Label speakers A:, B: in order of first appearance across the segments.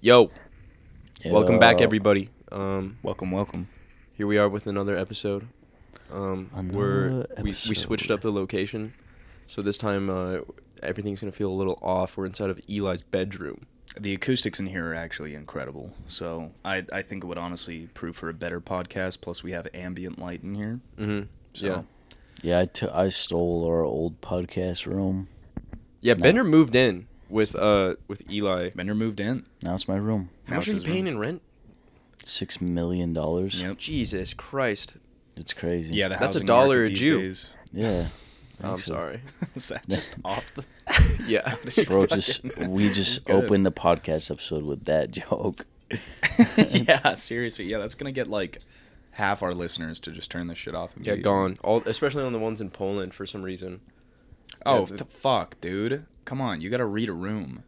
A: Yo, welcome back,
B: Yo.
A: everybody. Um,
C: Welcome, welcome.
A: here we are with another episode. Um, we're
B: Another
A: we we switched up the location, so this time uh, everything's gonna feel a little off. We're inside of Eli's bedroom.
C: The acoustics in here are actually incredible. So I, I think it would honestly prove for a better podcast. Plus, we have ambient light in here.
A: Mm-hmm.
C: So
A: Yeah,
B: Yeah, I, t- I stole our old podcast room.
A: yeah.
B: not-
A: Bender moved in with uh with Eli.
C: Bender moved in.
B: Now it's my room.
A: How
C: House
A: much are you
C: is room.
A: paying in rent?
B: Six million dollars.
C: Yep.
A: Jesus Christ!
B: It's crazy.
C: Yeah, the
A: That's a
C: housing
A: dollar
C: market
A: a
C: these
A: Jew.
C: days-
B: Yeah.
A: I'm
B: Actually.
A: sorry.
C: Is that just off the?
A: Yeah.
B: Bro, just we just
C: Good.
B: opened the podcast episode with that joke.
C: yeah, seriously. Yeah, that's gonna get like half our listeners to just turn this shit off.
A: Yeah,
C: immediately.
A: gone. All especially on the ones in Poland for some reason.
C: Oh,
A: Yeah,
C: f-
A: the-
C: fuck, dude. Come on, you gotta read a room.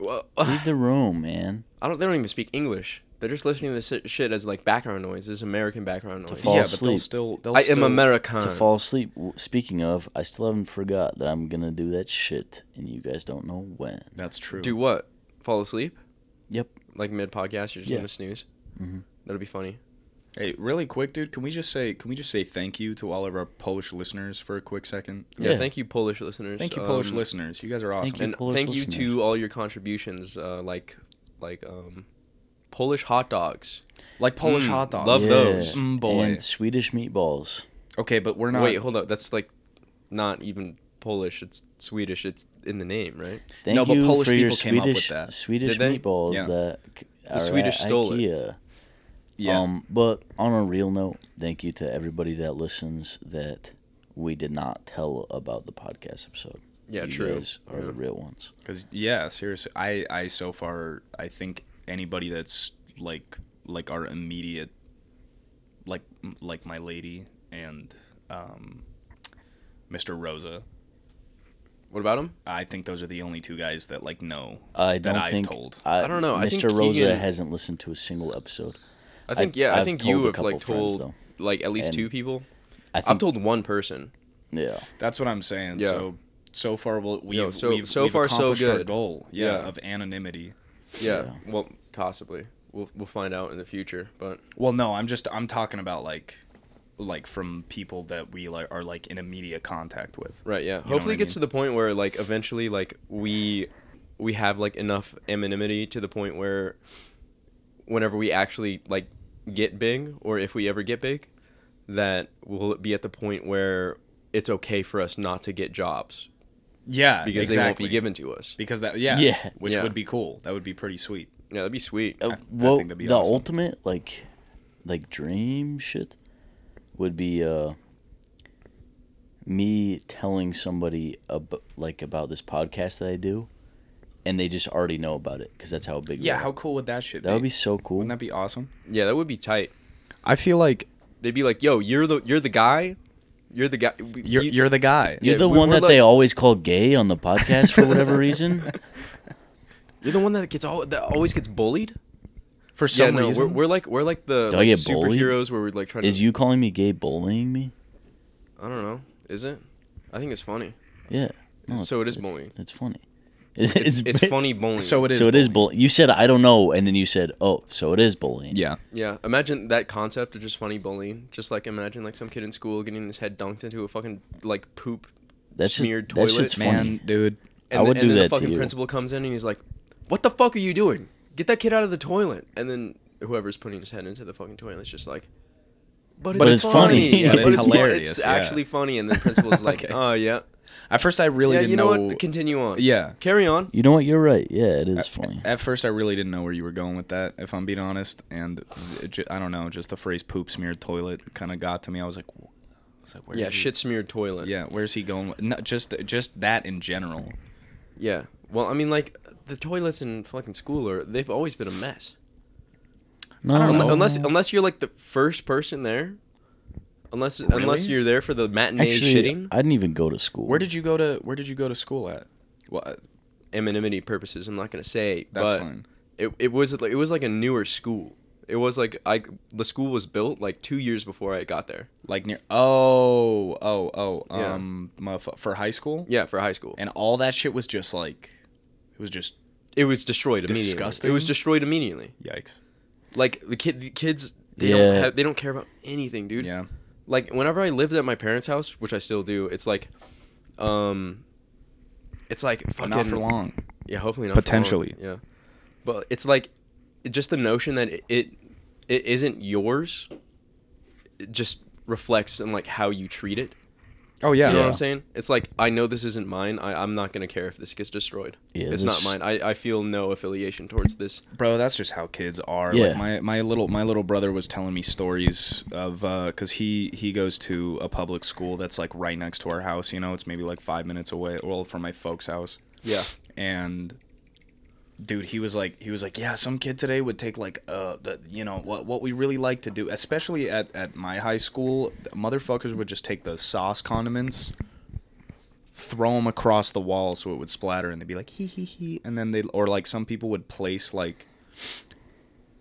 A: Well,
B: Leave the room, man.
A: I don't. They don't even speak English. They're just listening to this si- shit as like background noise. This is American background noise.
B: fall
C: yeah, but they'll
B: asleep.
C: still. They'll
A: I am
C: still-
A: American.
C: Uh.
B: To fall asleep. W- Speaking of, I still haven't forgot that I'm gonna do that shit, and you guys don't know when.
C: That's true.
A: Do what? Fall asleep?
B: Yep.
A: Like mid podcast, you're just
B: Yeah.
A: gonna snooze.
B: Mhm.
A: That'll be funny.
C: Hey, really quick, dude. Can we just say? Can we just say thank you to all of our Polish listeners for a quick second?
A: Yeah.
B: Yeah.
A: Thank you, Polish listeners.
C: Thank you, Polish
A: Um,
C: listeners. You guys are awesome.
B: you.
A: And
B: Polish
A: thank you
B: listeners.
A: to all your contributions, uh, like like um, Polish hot dogs.
C: like Polish
A: Mm,
C: hot dogs.
A: love
B: yeah.
A: those.
C: Mm, boy.
B: And Swedish meatballs.
C: Okay, but we're not.
A: Wait, hold up. That's like not even Polish. It's Swedish. It's in the name, right?
B: Thank
C: No, but
B: you
C: Polish
B: for your
C: people came up with
B: Swedish
C: that.
B: Swedish
A: Did they?
B: meatballs
C: Yeah.
B: that c- are
A: Swedish
B: at
A: stole it.
B: IKEA.
C: yeah.
B: Um, but on a real note, thank you to everybody that listens that we did not tell about the podcast episode.
A: Yeah,
B: you
A: true.
B: Guys are
A: Yeah.
B: the real ones.
C: Because yeah, seriously, I I so far I think anybody that's like like our immediate like like my lady and um Mr. Rosa.
A: What about him?
C: I think those are the only two guys that like know
B: I
C: that
B: don't
C: I've
B: think
C: told.
B: I,
A: I don't know. I think
B: Mr. Rosa
A: Keegan-
B: hasn't listened to a single episode.
A: I think yeah. I
B: I've
A: think
B: told
A: you
B: a
A: have like
B: couple friends,
A: told like at least
B: And
A: two people.
B: I
A: I've
B: think,
A: told one person.
B: yeah.
C: That's what I'm saying.
A: Yeah.
C: So so far we'll, we've
A: Yo, so-
C: we've,
A: so
C: we've
A: far, so
C: accomplished our
A: good.
C: goal. Yeah,
A: Yeah.
C: of anonymity.
A: Yeah. Well, possibly. We'll we'll find out in the future, but
C: Well, no, I'm just I'm talking about like like from people that we like are like in immediate contact with.
A: right, yeah.
C: know
A: Hopefully
C: what
A: it
C: I
A: gets
C: mean?
A: to the point where like eventually like we we have like enough anonymity to the point where whenever we actually like get big or if we ever get big that we'll be at the point where it's okay for us not to get jobs
C: Yeah,
A: because they won't be
C: exactly.
A: given to us.
C: Because that, yeah,
B: Yeah.
C: which
A: Yeah.
C: would be cool. That would be pretty sweet.
A: Yeah, that'd be sweet.
B: Uh,
C: I
B: well,
C: think that'd be
B: the
C: awesome.
B: ultimate like, like dream shit, would be uh. Me telling somebody ab- like about this podcast that I do, and they just already know about it because that's how big. we
C: Yeah,
B: are.
C: how cool would that shit be?
B: That would be so cool.
C: Wouldn't that be awesome?
A: Yeah, that would be tight.
C: I feel like
A: They'd be like, "Yo, you're the you're the guy. You're the guy. We-
C: you're
A: you-
C: you're the guy.
A: Yeah.
B: You're the
A: we-
B: one
A: we're
B: that they
A: like-
B: always call gay on the podcast for whatever reason.
A: you're the one that gets all that always gets bullied."
C: For some
A: yeah, no,
C: reason,
A: We're, we're like we're like the
B: Do I
A: like
B: get bullied?
A: superheroes where we're like trying
B: Is
A: to.
B: you calling me gay bullying me?
A: I don't know. Is it? I think it's funny.
B: Yeah. No,
A: So it is
B: it's-
A: bullying.
B: It's funny.
A: It's, it's funny bullying.
C: so it is.
B: so it is bullying. You said I don't know, and then you said, "Oh, so it is bullying."
C: Yeah,
A: Yeah, imagine that concept of just funny bullying. Just like imagine like some kid in school getting his head dunked into a fucking like poop
B: That's just-
A: smeared
B: that
A: toilet.
B: shit's funny.
C: man, dude.
A: And,
B: I would
A: the,
B: do
A: and then
B: that
A: the
B: to
A: fucking
B: you.
A: principal comes in and he's like, "What the fuck are you doing? Get that kid out of the toilet!" And then whoever's putting his head into the fucking toilet is just like. But,
B: But it's funny.
A: Yeah,
B: But it's
A: fu-
C: hilarious,
A: It's
C: yeah.
A: actually funny, and the principal's like,
C: Okay.
A: "Oh yeah,
C: At first, I really
A: yeah."
C: didn't
A: You know,
C: know.
A: what? Continue on.
C: Yeah.
A: carry on.
B: You know what? You're right. Yeah, it is funny.
C: At first, I really didn't know where you were going with that, if I'm being honest. And it ju- I don't know, just the phrase "poop smeared toilet" kind of got to me. I was like, wh- I was like, where
A: Yeah,
C: is he-
A: shit smeared toilet.
C: Yeah, where's he going? with- No, just just that in general.
A: Yeah. Well, I mean, like the toilets in fucking school are they've always been a mess.
B: No,
C: don't
A: Unle-
C: know.
A: Unless unless you're like the first person there. Unless unless
C: Really?
A: you're there for the matinee
B: actually,
A: shitting,
B: I didn't even go to school.
C: Where did you go to? Where did you go to school at? Well, uh,
A: anonymity purposes, I'm not gonna say.
C: that's
A: but
C: fine.
A: It it was like it was like a newer school. It was like I the school was built like two years before I got there.
C: Like near. Oh, oh, oh.
A: Yeah.
C: Um, motherf- for high school.
A: Yeah, for high school.
C: And all that shit was just like, it was just
A: it was destroyed immediately.
C: Disgusting.
A: It was destroyed immediately.
C: Yikes.
A: Like the kid, the kids, they
B: Yeah.
A: don't have, they don't care about anything, dude.
C: Yeah.
A: Like whenever I lived at my parents' house, which I still do, it's like, um, it's like
C: But
A: fucking
C: not for long.
A: Yeah, hopefully not for long.
C: Potentially.
A: Yeah, but it's like just the notion that it it, it isn't yours. It just reflects on like how you treat it.
C: Oh yeah.
A: You know what
B: Yeah.
A: I'm saying? It's like I know this isn't mine. I, I'm not gonna care if this gets destroyed.
B: Yeah,
A: it's not
B: this-
A: mine. I, I feel no affiliation towards this.
C: bro that's just how kids are
B: Yeah.
C: like my, my little my little brother was telling me stories of uh because he he goes to a public school that's like right next to our house you know it's maybe like five minutes away well from my folks house
A: Yeah.
C: and dude he was like he was like yeah some kid today would take like uh the, you know what what we really like to do especially at at my high school motherfuckers would just take the sauce condiments throw them across the wall so it would splatter and they'd be like hee hee hee and then they or like some people would place like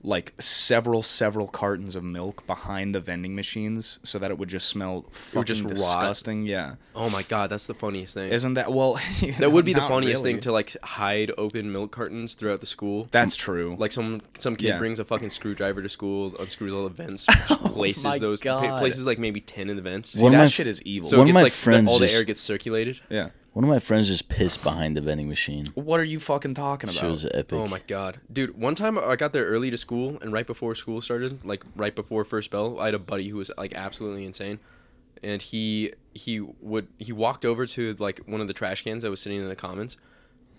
C: like several several cartons of milk behind the vending machines so that it would just smell fucking
A: would just rot.
C: disgusting yeah
A: Oh my god, that's the funniest thing.
C: isn't that well
A: that would be the
C: not
A: funniest
C: really.
A: thing to like hide open milk cartons throughout the school.
C: that's true
A: like some some kid
C: Yeah.
A: brings a fucking screwdriver to school, unscrews all the vents, just places
C: my
A: those pa-
C: God.
A: places like maybe ten in the vents.
B: Oh One of
C: that
B: my-
C: shit is evil.
A: so
B: one
A: it gets
B: of my
A: like
B: friends
A: the, all the
B: just-
A: air gets circulated.
C: yeah.
B: One of my friends just pissed behind the vending machine.
C: What are you fucking talking about?
B: She was epic.
A: Oh my god, dude! One time I got there early to school, and right before school started, like right before first bell, I had a buddy who was like absolutely insane, and he he would he walked over to like one of the trash cans that was sitting in the commons,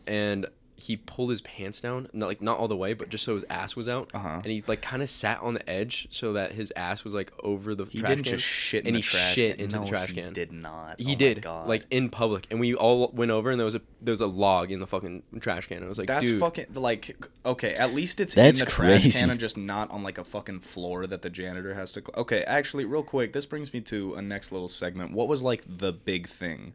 A: and he pulled his pants down, not like not all the way, but just so his ass was out,
C: Uh-huh.
A: and he like kind of sat on the edge so that his ass was like over the
C: He
A: trash
C: didn't
A: can,
C: just shit in
A: and
C: the
A: he
C: trash
A: shit
C: can.
A: into
C: no,
A: the trash
C: he
A: can.
C: Did not.
A: He
C: Oh my
A: did,
C: God.
A: like in public, and we all went over, and there was a there was a log in the fucking trash can. And I was like,
C: that's
A: dude,
C: fucking like okay. At least it's
B: That's
C: in the trash
B: crazy.
C: can and just not on like a fucking floor that the janitor has to. Cl- okay, actually, real quick, this brings me to a next little segment. What was like the big thing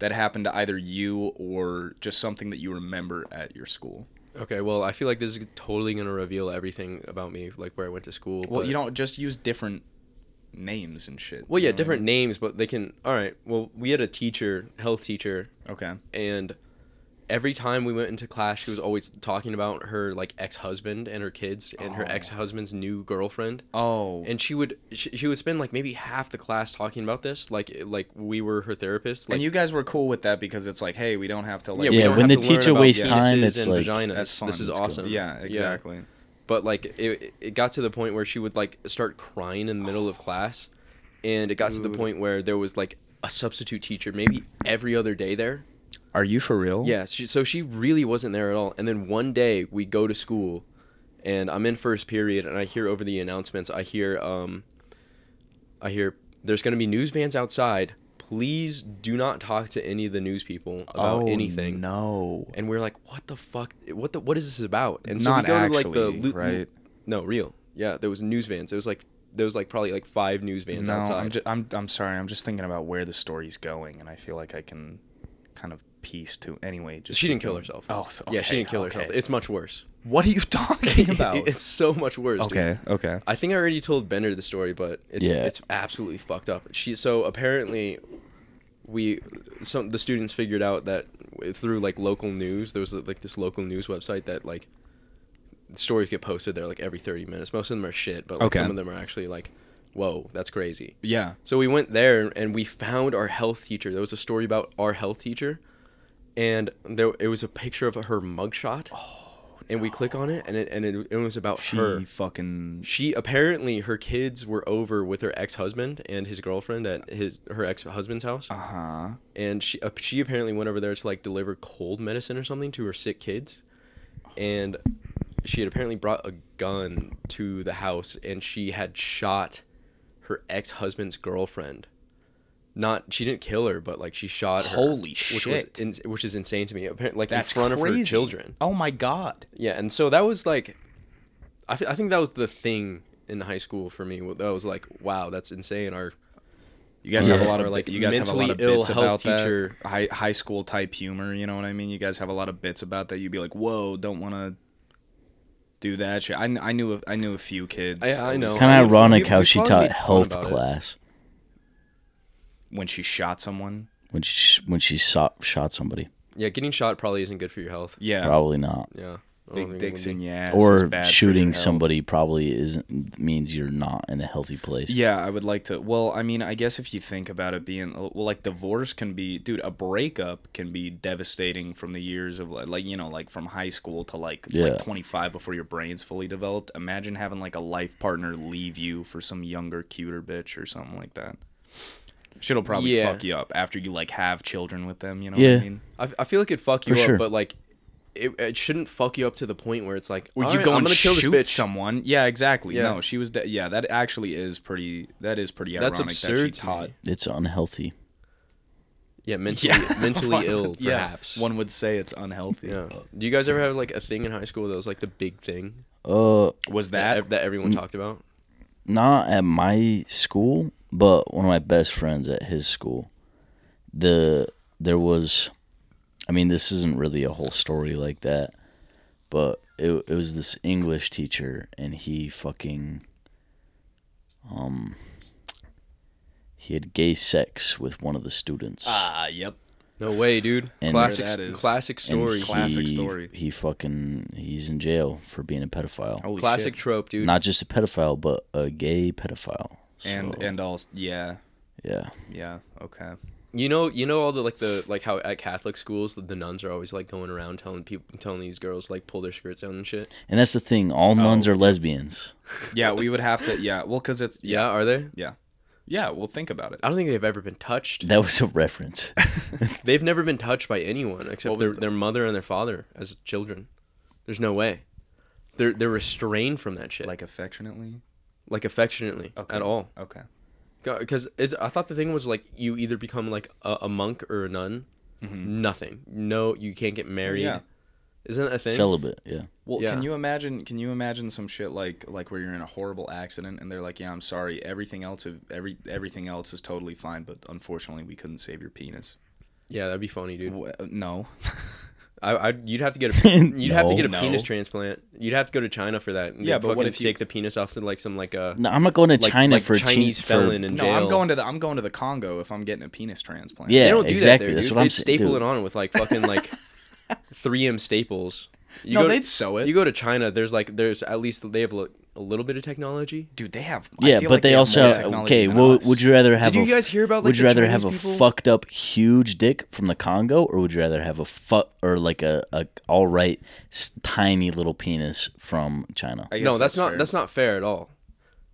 C: that happened to either you or just something that you remember at your school?
A: Okay, well, I feel like this is totally gonna reveal everything about me, like where I went to school.
C: Well,
A: but-
C: you don't just use different names and shit.
A: Well,
C: you
A: yeah,
C: know what I
A: different names, but they can. All right. Well, we had a teacher, health teacher,
C: mean? Okay.
A: and every time we went into class, she was always talking about her like ex-husband and her kids and her
C: Oh.
A: ex-husband's new girlfriend.
C: Oh.
A: And she would she, she would spend like maybe half the class talking about this, like like we were her therapist. Like
C: and you guys were cool with that because it's like, hey, we don't have to like.
A: yeah, we
B: Yeah,
A: don't
B: when
A: have
B: the
A: to learn
B: teacher
A: about
B: wastes time,
A: penises
B: it's
A: and
B: like-
A: vaginas.
C: That's fun.
A: This is
C: It's cool.
A: awesome.
C: Yeah, exactly.
A: but like it, it got to the point where she would like start crying in the middle of class and it got to the
C: Dude.
A: point where there was like a substitute teacher maybe every other day there
C: Are you for real?
A: yeah she, so she really wasn't there at all and then one day we go to school and i'm in first period and i hear over the announcements i hear um i hear there's going to be news vans outside please do not talk to any of the news people about anything
C: Oh, No.
A: and we're like, what the fuck? What the? What is this about? And so
C: Not
A: we go to
C: actually,
A: like the
C: right?
A: No, real. Yeah, there was news vans. There was like there was like probably like five news vans
C: No, I'm,
A: outside.
C: ju- I'm I'm sorry. I'm just thinking about where the story's going, and I feel like I can kind of piece to anyway. Just
A: she didn't kill herself.
C: Oh, th-
A: yeah, she
C: okay,
A: didn't kill
C: okay.
A: herself. It's much worse.
C: What are you talking about?
A: it's so much worse. dude.
C: okay, okay.
A: I think I already told Bender the story, but it's
B: Yeah.
A: it's absolutely fucked up. She so apparently we some the students figured out that through like local news there was like this local news website that like stories get posted there like every 30 minutes. Most of them are shit, but like
C: Okay.
A: some of them are actually like whoa, that's crazy.
C: Yeah.
A: So we went there and we found our health teacher. There was a story about our health teacher, and there it was a picture of her mugshot. Oh, and we click on it, and it and it, it was about
C: She
A: her.
C: fucking.
A: She apparently her kids were over with her ex husband and his girlfriend at his her ex husband's house,
C: Uh huh.
A: and she uh, she apparently went over there to like deliver cold medicine or something to her sick kids, and she had apparently brought a gun to the house and she had shot her ex husband's girlfriend. Not she didn't kill her, but like she shot her.
C: Holy
A: Which was
C: shit.
A: in, which is insane to me. Apparently, like
C: That's
A: in front
C: crazy.
A: of her children.
C: Oh my god.
A: Yeah, and so that was like, I, th- I think that was the thing in high school for me. That was like, wow, that's insane. Our
C: You guys
B: Yeah.
C: have a lot
A: Or,
C: of
A: like,
C: like you guys have a lot
A: mentally
C: of bits
A: ill
C: about
A: health teacher.
C: that high high school type humor. You know what I mean? You guys have a lot of bits about that. You'd be like, "Whoa, don't want to do that shit." I, kn- I knew a, I knew a few kids.
A: I-
C: at
A: I know.
C: least,
B: Kind
A: I
B: of
A: mean,
B: ironic
A: we-
B: how
A: we
B: she
A: probably
B: taught
A: made fun
B: health
A: about it.
B: class
C: when she shot someone.
B: when she sh- when she shot, shot somebody.
A: Yeah, getting shot probably isn't good for your health.
C: Yeah.
B: Probably not.
A: Yeah. I don't think it
C: Big
A: would
C: dicks
A: be.
C: in your ass. is
B: or
C: bad for your
B: shooting
C: health.
B: somebody probably isn't means you're not in a healthy place.
C: Yeah, I would like to. Well, I mean, I guess if you think about it being uh, well, like divorce can be, dude, a breakup can be devastating from the years of like, like, you know, like from high school to like
B: Yeah.
C: like 25 before your brain's fully developed. Imagine having like a life partner leave you for some younger, cuter bitch or something like that. Shit'll probably
A: Yeah.
C: fuck you up after you like have children with them. You know
B: Yeah.
C: what I mean?
A: I, I feel like it'd fuck you
B: For sure.
A: up, but like, it, it shouldn't fuck you up to the point where it's like,
C: Or
A: "All
C: you
A: right,
C: go
A: I'm
C: and
A: gonna kill this
C: shoot
A: bitch.
C: someone. Yeah, exactly.
A: Yeah.
C: No, she was. De- yeah, that actually is pretty. That is pretty ironic.
A: That's absurd.
C: That she
A: to
C: taught
A: me.
B: It's unhealthy.
A: Yeah, mentally, mentally ill,
C: Yeah,
A: perhaps.
C: One would say it's unhealthy.
A: Yeah. Do you guys ever have like a thing in high school that was like the big thing
B: Uh,
C: Was
A: that
C: that
A: ev- that everyone talked about?
B: not at my school, but one of my best friends at his school. The there was, I mean, this isn't really a whole story like that, but it it was this English teacher, and he fucking, um, he had gay sex with one of the students.
C: Ah, yep.
A: No way, dude.
B: And-
C: That is-
A: classic, classic
B: and
A: story,
C: Classic story.
B: He fucking he's in jail for being a pedophile.
C: Holy
A: classic
C: shit.
A: trope, dude.
B: Not just a pedophile, but a gay pedophile.
C: And
B: So,
C: and also yeah,
B: yeah,
C: yeah. Okay.
A: You know, you know all the like the like how at Catholic schools the nuns are always like going around telling people telling these girls like pull their skirts down and shit.
B: and that's the thing. All
A: Oh.
B: nuns are lesbians.
C: Yeah, we would have to. Yeah. Well, because it's yeah,
A: Yeah, are they?
C: yeah, yeah. Well, think about it.
A: I don't think they've ever been touched.
B: That was a reference.
A: They've never been touched by anyone except
C: What was
A: their, their mother and their father as children. There's no way. They're they're restrained from that shit, like
C: Like affectionately.
A: like affectionately
C: Okay.
A: at all.
C: Okay.
A: Because it's I thought the thing was like you either become like a, a monk or a nun. Nothing. No, you can't get married.
C: Mm-hmm. yeah.
A: Isn't that a thing?
B: Celibate, yeah.
C: Well,
A: Yeah.
C: can you imagine? Can you imagine some shit like like where you're in a horrible accident and they're like, "Yeah, I'm sorry. Everything else, of- every everything else is totally fine, but unfortunately, we couldn't save your penis."
A: yeah, that'd be funny, dude.
C: Wh- no.
A: I, I you'd have to get a you'd have to
B: No.
A: get a
C: No.
A: penis transplant. You'd have to go to China for that.
C: Yeah,
A: They'd
C: but what
A: fucking
C: if you-
A: take the penis off to like some like uh,
B: No, I'm not going to
A: like,
B: China
A: like
B: for
A: Chinese
B: Chinese for,
A: felon in
C: no,
A: jail?
C: I'm going to the I'm going to the Congo if I'm getting a penis transplant.
B: Yeah.
A: They don't do
B: exactly,
A: that there,
B: that's
A: dude.
B: what I'm
A: They'd
B: sa-
A: staple
B: dude.
A: it on with like fucking like 3M staples. You
C: No,
A: go to-
C: they'd sew it.
A: You go to China. There's like there's at least they have like, a little bit of technology.
C: Dude, they have. I
B: Yeah,
C: feel
B: but
C: like
B: they,
C: have
B: also
C: more technology
B: okay.
C: than
B: Well,
C: us.
B: would you rather have?
A: you
B: a,
A: guys hear about, like,
B: Would
A: the
B: you rather
A: Chinese
B: have
A: people?
B: a fucked up huge dick from the Congo, or would you rather have a fuck or like a, a all right s- tiny little penis from China?
C: I guess
A: No, that's, not
C: fair.
A: that's not fair at all.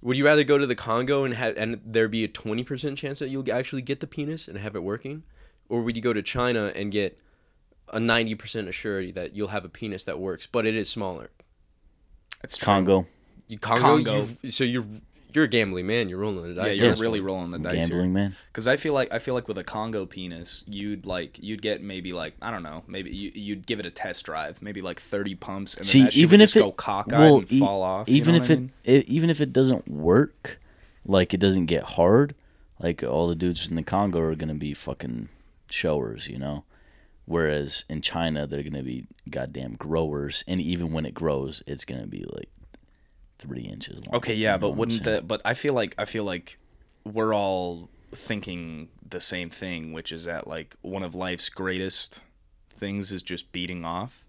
A: Would you rather go to the Congo and ha- and there be a twenty percent chance that you'll actually get the penis and have it working, or would you go to China and get a ninety percent assurity that you'll have a penis that works, but it is smaller?
C: It's true.
B: Congo
A: You Congo,
C: Congo.
A: you- so you're you're a gambling man. You're rolling the
C: Yeah,
A: dice.
C: you're
A: Yes.
C: really rolling the dice
B: gambling man.
C: Because I feel like I feel like with a Congo penis, you'd like you'd get maybe like I don't know, maybe you, you'd give it a test drive, maybe like thirty pumps, and then
B: See,
C: that shit
B: even
C: would
B: if
C: just
B: it
C: go cockeyed
B: well,
C: and
B: e-
C: fall off. you
B: even
C: know
B: if
C: what I
B: it,
C: mean?
B: e- even if it doesn't work, like it doesn't get hard, like all the dudes in the Congo are gonna be fucking showers, you know. Whereas in China, they're gonna be goddamn growers, and even when it grows, it's gonna be like three inches long.
C: okay, yeah,
B: you know
C: but
B: what I'm
C: wouldn't
B: saying?
C: that? But I feel like I feel like we're all thinking the same thing, which is that like one of life's greatest things is just beating off.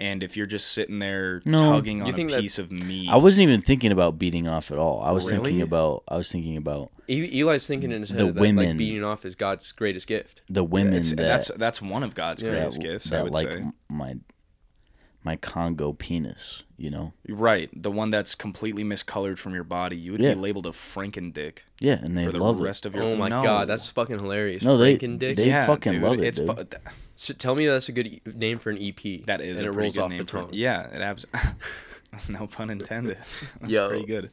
C: And if you're just sitting there
B: No.
C: tugging on
A: You think
C: a
A: that-
C: piece of meat,
B: I wasn't even thinking about beating off at all. I was
C: Really?
B: thinking about I was thinking about
A: E- Eli's thinking in his head
B: The
A: that like
B: women-
A: beating off is God's greatest gift.
B: the women
C: It's-
B: that
C: that's that's one of God's
A: Yeah.
C: greatest
B: that,
C: gifts.
B: that
C: I would
B: like
C: say.
B: m- my my Congo penis, you know.
C: Right, the one that's completely miscolored from your body, you would
B: Yeah.
C: be labeled a franken dick
B: Yeah, and they
C: for the
B: love it.
C: rest of your.
A: oh my
C: No.
A: god, that's fucking hilarious.
B: No, they-
A: Franken dick.
B: they- fucking
C: dude,
B: love it,
C: It's
B: dude.
C: fu- th-
A: S- tell me that's a good e- name for an EP.
C: that is
A: and
C: a
A: it
C: pretty
A: rolls
C: good
A: off
C: name
A: the
C: for it.
A: tongue.
C: Yeah, it abs. no pun intended. That's
A: Yo.
C: pretty good.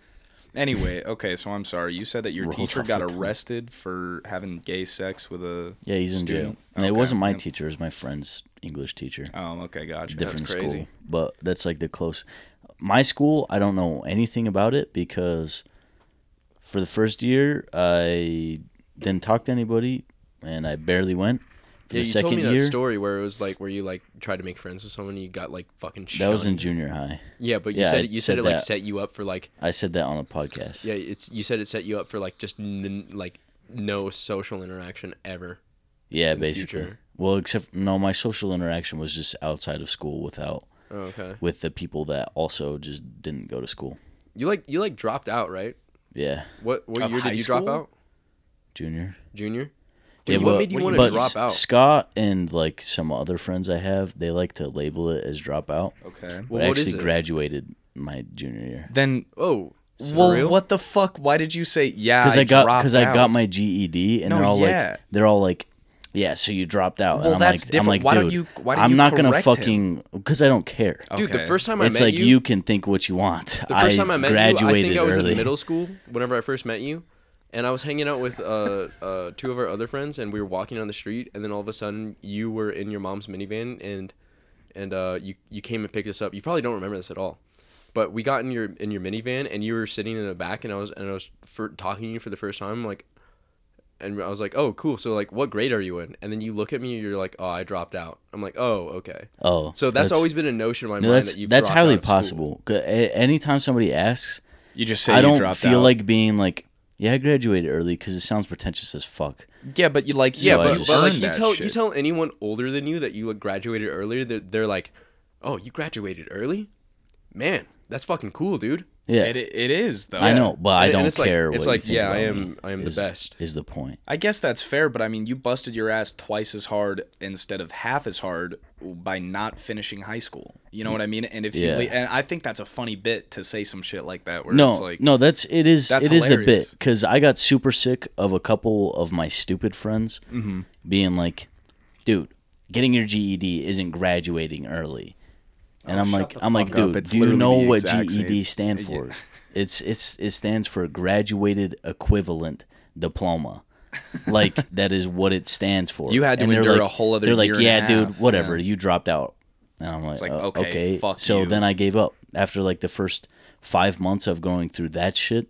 C: Anyway, okay, so I'm sorry. You said that your
B: Rolls
C: teacher
B: off
C: got
B: the tongue.
C: arrested for having gay sex with a.
B: Yeah, he's in jail.
C: student?
B: And it
C: Okay,
B: wasn't my
C: yeah.
B: teacher; it was my friend's English teacher,
C: Oh, okay, gotcha.
B: different
A: crazy.
B: school. But that's like the close. My school, I don't know anything about it because for the first year, I didn't talk to anybody, and I barely went. For
A: Yeah,
B: the
A: you
B: second
A: told me that
B: year,
A: story where it was like where you like tried to make friends with someone and you got like fucking
B: that was in
A: shunned.
B: junior high.
A: Yeah, but you
B: yeah, I
A: said it, you said,
B: said
A: it like
B: that.
A: set you up for like
B: I said that on a podcast.
A: yeah, it's you said it set you up for like just n- like no social interaction ever.
B: Yeah,
A: in the
B: basically.
A: future.
B: Well, except no, my social interaction was just outside of school without
A: Oh, okay.
B: with the people that also just didn't go to school.
A: You like you like dropped out, right?
B: Yeah,
A: What what
C: Of
A: year
C: high
A: did you drop
C: school?
A: out?
B: junior.
A: Junior.
B: Yeah,
A: Dude, what
B: but-
A: made you
C: what
A: want
C: do
A: to
C: you-
B: But
A: drop
B: S-
A: out?
B: Scott and like some other friends I have, they like to label it as dropout.
C: Okay.
A: Well,
B: but I
A: what is
B: actually
A: it?
B: graduated my junior year
C: Then
A: oh,
C: well,
A: for real?
C: what the fuck? Why did you say yeah?
B: because I, got because
C: because
B: I got my GED, and
C: No,
B: they're all
C: yeah.
B: like they're all like, yeah, so you dropped out.
C: Well,
B: and I'm
C: that's
B: like,
C: different.
B: I'm like,
C: Why don't
B: dude,
C: you- why don't
B: I'm
C: you
B: not gonna
C: correct him?"
B: fucking because I don't care.
A: Dude, Oh, the
C: Okay.
A: first time I
B: It's
A: met
B: like you,
A: you,
B: can think what you want.
A: the first
B: I
A: time I met
B: graduated
A: you, I think I was
B: early.
A: in middle school whenever I first met you, and I was hanging out with uh, uh, two of our other friends, and we were walking down the street, and then all of a sudden you were in your mom's minivan, and and uh, you you came and picked us up. You probably don't remember this at all, but we got in your in your minivan, and you were sitting in the back, and I was and I was for, talking to you for the first time, like. And I was like, "Oh, cool. So, like, what grade are you in?" And then you look at me, you're like, "Oh, I dropped out." I'm like, "Oh, okay."
B: Oh,
A: So that's, always been a notion in my
B: no,
A: mind
B: that's
A: that you've
B: that's
A: dropped
B: highly
A: out of school.
B: possible. 'Cause a- Anytime somebody asks,
C: You just say
B: I
C: you
B: don't
C: dropped
B: feel
C: out.
B: like being like, yeah, I graduated early because it sounds pretentious as fuck.
C: yeah, but you like
A: Yeah,
B: So I
A: but,
B: just
A: but
B: learned
A: like you tell you tell anyone older than you that you like, graduated earlier, they're, they're like, "Oh, you graduated early, man. That's fucking cool, dude."
B: Yeah,
C: it, it is though.
B: I know, but
A: And-
B: I
A: and
B: don't
A: it's like-
B: care.
A: it's
B: what you
A: like,
B: think
A: yeah,
B: about
A: I
B: me
A: am- I am the
B: is-
A: best.
B: Is the point?
C: I guess that's fair, but I mean, you busted your ass twice as hard instead of half as hard by not finishing high school. You know what I mean? And if
B: Yeah.
C: you you and I think that's a funny bit to say some shit like that where
B: no,
C: it's like
B: no, that's it is
C: That's
B: it is the
C: hilarious.
B: bit because I got super sick of a couple of my stupid friends
C: Mm-hmm.
B: being like, "Dude, getting your GED isn't graduating early," and I'm like, I'm like,
C: Oh, fuck up.
B: dude,
C: It's
B: do you
C: literally
B: know
C: the
B: what
C: exact same-
B: GED stands for? It's it's it stands for graduated equivalent diploma. like that is what it stands for.
C: You had to
B: And they're
C: endure
B: like-
C: a whole other
B: They're like,
C: year and a
B: yeah, dude,
C: half."
B: whatever. You dropped out, and I'm like,
C: like,
B: "Oh,
C: okay,
B: okay,
C: fuck
B: So
C: you.
B: then I gave up after like the first five months of going through that shit.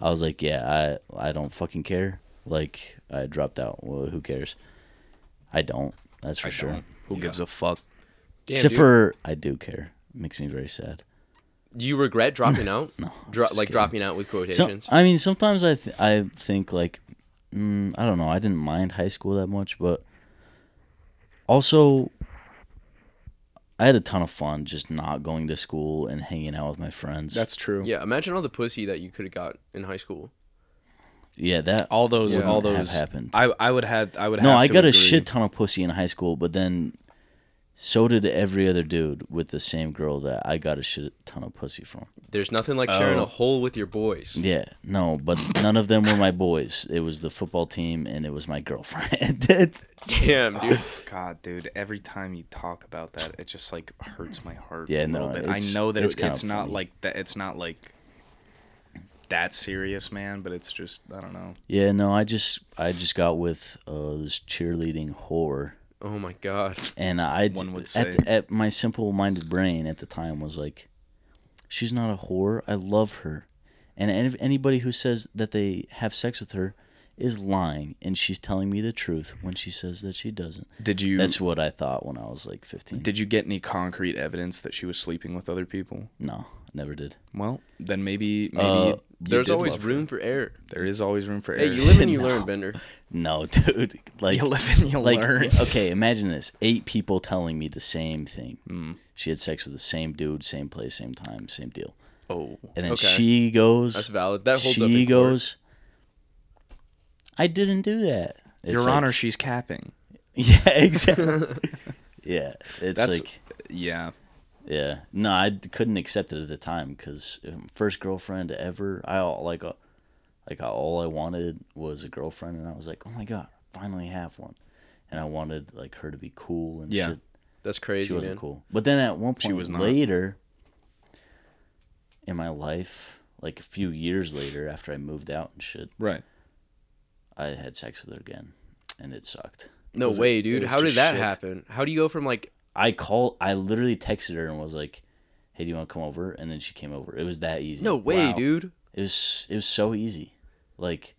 B: I was like, yeah, I I don't fucking care. Like I dropped out. Well, who cares? I don't. That's for sure.
C: Don't. Who gives a fuck?
A: Damn,
B: Except
A: dude.
B: for I do care. makes me very sad.
A: do you regret dropping out? no, Dro-
B: just
A: like
B: kidding.
A: dropping out with
B: So,
A: quotations.
B: I mean, sometimes I th- I think like mm, I don't know. I didn't mind high school that much, but also I had a ton of fun just not going to school and hanging out with my friends.
C: That's true.
A: yeah, imagine all the pussy that you could have got in high school.
B: yeah. That
C: All those
A: Yeah.
C: all
B: Wouldn't
C: those
B: have happened.
C: I I would have I would
B: no,
C: have
B: I
C: to
B: got a
C: agree.
B: shit ton of pussy in high school, but then so did every other dude with the same girl that I got a shit ton of pussy from.
A: There's nothing like sharing
C: Oh.
A: a hole with your boys.
B: Yeah, no, but none of them were my boys. It was the football team and it was my girlfriend.
A: Damn,
B: Oh.
A: dude.
C: Oh, God, dude, every time you talk about that, it just like hurts my heart.
B: Yeah,
C: a little
B: no,
C: bit. I
B: it's-
C: know that
B: it's
C: it's,
B: kinda
C: it's not
B: funny.
C: like that. It's not like that serious, man. But it's just I don't know.
B: Yeah, no, I just I just got with uh, this cheerleading whore,
A: Oh my god.
B: and I
C: One would
B: at,
C: say.
B: the- at my simple-minded brain at the time was like, she's not a whore. I love her, and any, anybody who says that they have sex with her is lying, and she's telling me the truth when she says that she doesn't.
C: Did you
B: That's what I thought when I was like fifteen.
C: Did you get any concrete evidence that she was sleeping with other people?
B: no, never did.
C: Well, then maybe maybe
B: Uh,
C: you
A: There's
C: did
A: always
C: love her.
A: room for error.
C: There is always room for
A: Hey,
C: error.
A: you live and you
B: No.
A: learn, Bender.
B: No, dude. Like
C: You live and you
B: like uh,
C: learn.
B: okay, imagine this: eight people telling me the same thing.
A: Hmm.
B: She had sex with the same dude, same place, same time, same deal.
C: oh,
B: And then
A: Okay.
B: she goes.
A: That's valid. That holds
B: she
A: up. in court.
B: goes. I didn't do that. It's
C: Your
B: like-
C: Honor, she's capping.
B: Yeah, exactly. yeah, it's
C: That's
B: like
C: yeah.
B: yeah. No, I d- couldn't accept it at the time because first girlfriend ever. I all- like uh, like I- all I wanted was a girlfriend, and I was like, oh my god, I finally have one. And I wanted like her to be cool and
C: Yeah.
B: shit.
A: That's crazy,
B: She wasn't
A: man.
B: cool. But then at one point
C: was not.
B: later in my life, like a few years later after I moved out and shit,
C: Right.
B: I had sex with her again and it sucked.
A: No
C: was a-
A: way,
C: it
A: dude.
C: was
A: How did
C: just
A: that
C: shit.
A: happen? How do you go from like
B: I call I literally texted her and was like, "Hey, do you want to come over?" And then she came over. It was that easy.
A: no way,
C: Wow.
A: dude?
B: It was it was so easy. Like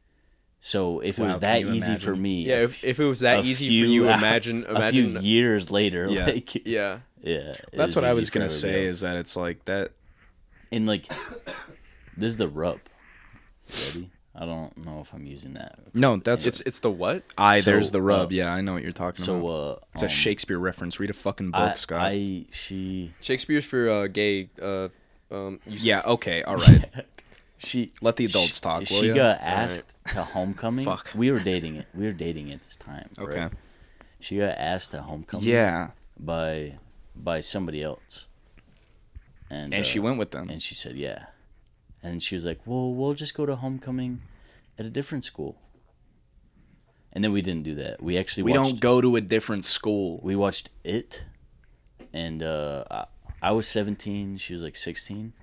B: so if
C: Wow,
B: it was
C: can
B: that
C: you
B: easy
C: imagine?
B: for me.
A: Yeah,
B: a
A: if,
B: few-
A: if it was
B: a
A: that easy
B: few
A: for you,
B: hou-
A: imagine,
B: a few
A: imagine.
B: years later
C: Yeah.
B: like yeah,
A: yeah,
B: it
C: That's what I
B: easy
C: was
B: for
C: gonna
B: everybody
C: say
B: else.
C: is that it's like that.
B: And like, this is the rub. Ready? I don't know if I'm using that.
C: No, that's
A: It's it's the what?
C: I.
B: So,
C: there's the
B: uh,
C: rub. yeah, I know what you're talking
B: So
C: about.
B: uh,
C: it's a
B: um,
C: Shakespeare reference. Read a fucking book,
B: I,
C: Scott.
B: I she
A: Shakespeare's for uh, gay. Uh, um, you-
C: yeah. Okay. All right.
B: she
C: Let the adults
B: she-
C: talk, will
B: She
C: ya?
B: got
A: All right.
B: asked to homecoming.
A: Fuck.
B: We were dating it. We were dating at this time.
C: Okay.
B: right? Um, She got asked to homecoming.
C: yeah.
B: By by somebody else. And
C: And she
B: uh,
C: went with them.
B: And she said, yeah. And she was like, well, we'll just go to homecoming at a different school. And then we didn't do that. We actually
C: we
B: watched,
C: don't go to a different school.
B: we watched it, and uh, I, I was 17. She was like 16,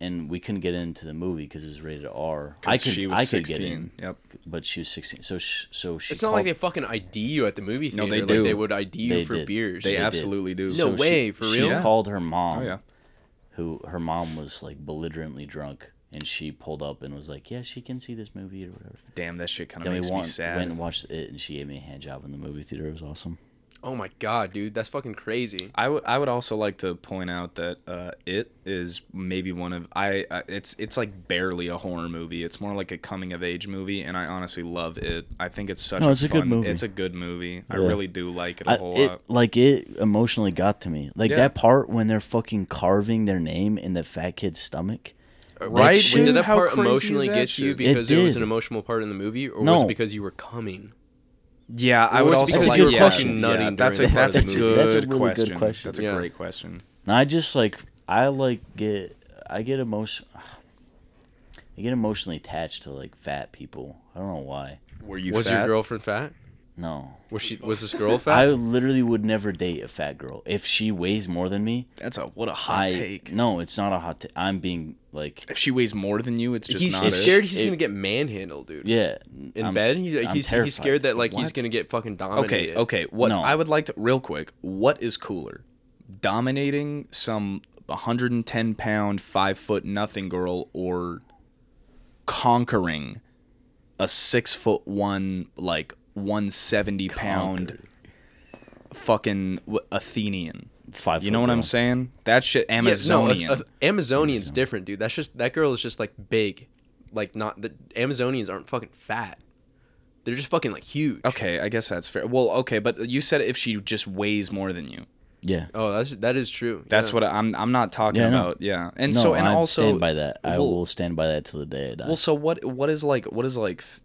B: and we couldn't get into the movie because it was rated R. I
C: 'cause
B: could
C: she was
B: I could get
C: 16.
B: in,
C: Yep.
B: but she was 16. So sh- so she
A: It's not like
B: called-
A: they fucking ID you at the movie theater.
C: No, they
A: like
C: do.
A: They would ID you
B: They
A: for
B: did.
A: beers.
C: They
B: did.
C: absolutely do.
A: No
B: she-
A: way, for
B: she
A: real?
C: Yeah.
B: called her mom.
C: Oh yeah.
B: who her mom was like belligerently drunk, and she pulled up and was like, "Yeah, she can see this movie or whatever."
C: Damn, that shit kind of
B: Then
C: makes
B: we want,
C: me sad.
B: went and watched it, and she gave me a hand job in the movie theater. It was awesome.
A: Oh my god, dude, that's fucking crazy. Uh,
C: I would I would also like to point out that uh, it is maybe one of I uh, it's it's like barely a horror movie. It's more like a coming of age movie, and I honestly love it. I think it's such
B: No,
C: a
B: it's a good
C: fun-
B: movie.
C: It's a good movie. I
B: Yeah.
C: really do like it a
B: I,
C: whole
B: it
C: lot.
B: like it emotionally got to me. Like
C: Yeah.
B: that part when they're fucking carving their name in the fat kid's stomach.
A: Uh,
B: Right,
A: wait,
B: dude?
A: Did that
C: How
A: part
C: crazy
A: emotionally
C: is that
A: get you
C: shit?
B: It
A: because it, was
B: did.
A: an emotional part in the movie, or was
B: No.
A: it because you were coming?
C: Yeah, I
A: Or
C: would
A: it's
C: also
A: because
C: like
B: you were
C: yeah,
B: fucking
C: yeah,
A: nutting
C: that's a
A: during
C: that's
A: the
C: a
A: movie.
C: good,
B: That's a really good
C: question.
B: question.
C: That's a
A: Yeah.
C: great question.
B: And I just like I like get I get emotion I get emotionally attached to like fat people. I don't know why.
C: Were you
A: was
C: fat?
A: your girlfriend fat?
B: No.
A: Was she? Was this girl
B: I
A: fat?
B: literally would never date a fat girl. If she weighs more than me,
C: That's a what a hot
B: I
C: take.
B: no, it's not a hot take. I'm being like
C: If she weighs more than you, it's just
A: he's
C: not.
A: he's
C: it.
A: scared he's
B: It-
A: gonna get manhandled, dude.
B: yeah,
A: In
B: I'm s-
A: bed, he's
B: I'm
A: he's, he's
B: terrified.
A: scared that like he's
B: What?
A: gonna get fucking
C: Okay,
A: dominated.
C: okay. What
B: No.
C: I would like to real quick, what is cooler? Dominating some 110 pound, five foot nothing girl or conquering a six foot one, like 170 pound fucking w- Athenian.
B: five.
C: You
B: foot
C: know what I'm
B: girl.
C: saying? That shit
A: Yeah, no,
C: Amazonian.
A: a- a- Amazonian's different, dude. That's just that girl is just like big, like not the Amazonians aren't fucking fat. They're just fucking like huge.
C: okay, I guess that's fair. Well, okay, but you said if she just weighs more than you.
B: Yeah.
A: Oh, that's that is true.
C: That's
A: yeah.
C: what I'm I'm not talking
B: Yeah, I know.
C: about. Yeah. And
B: no,
C: so and
B: I
C: also
B: stand by that. I
C: well-
B: will stand by that till the day I die.
C: Well, so what? What is like? What is like? f-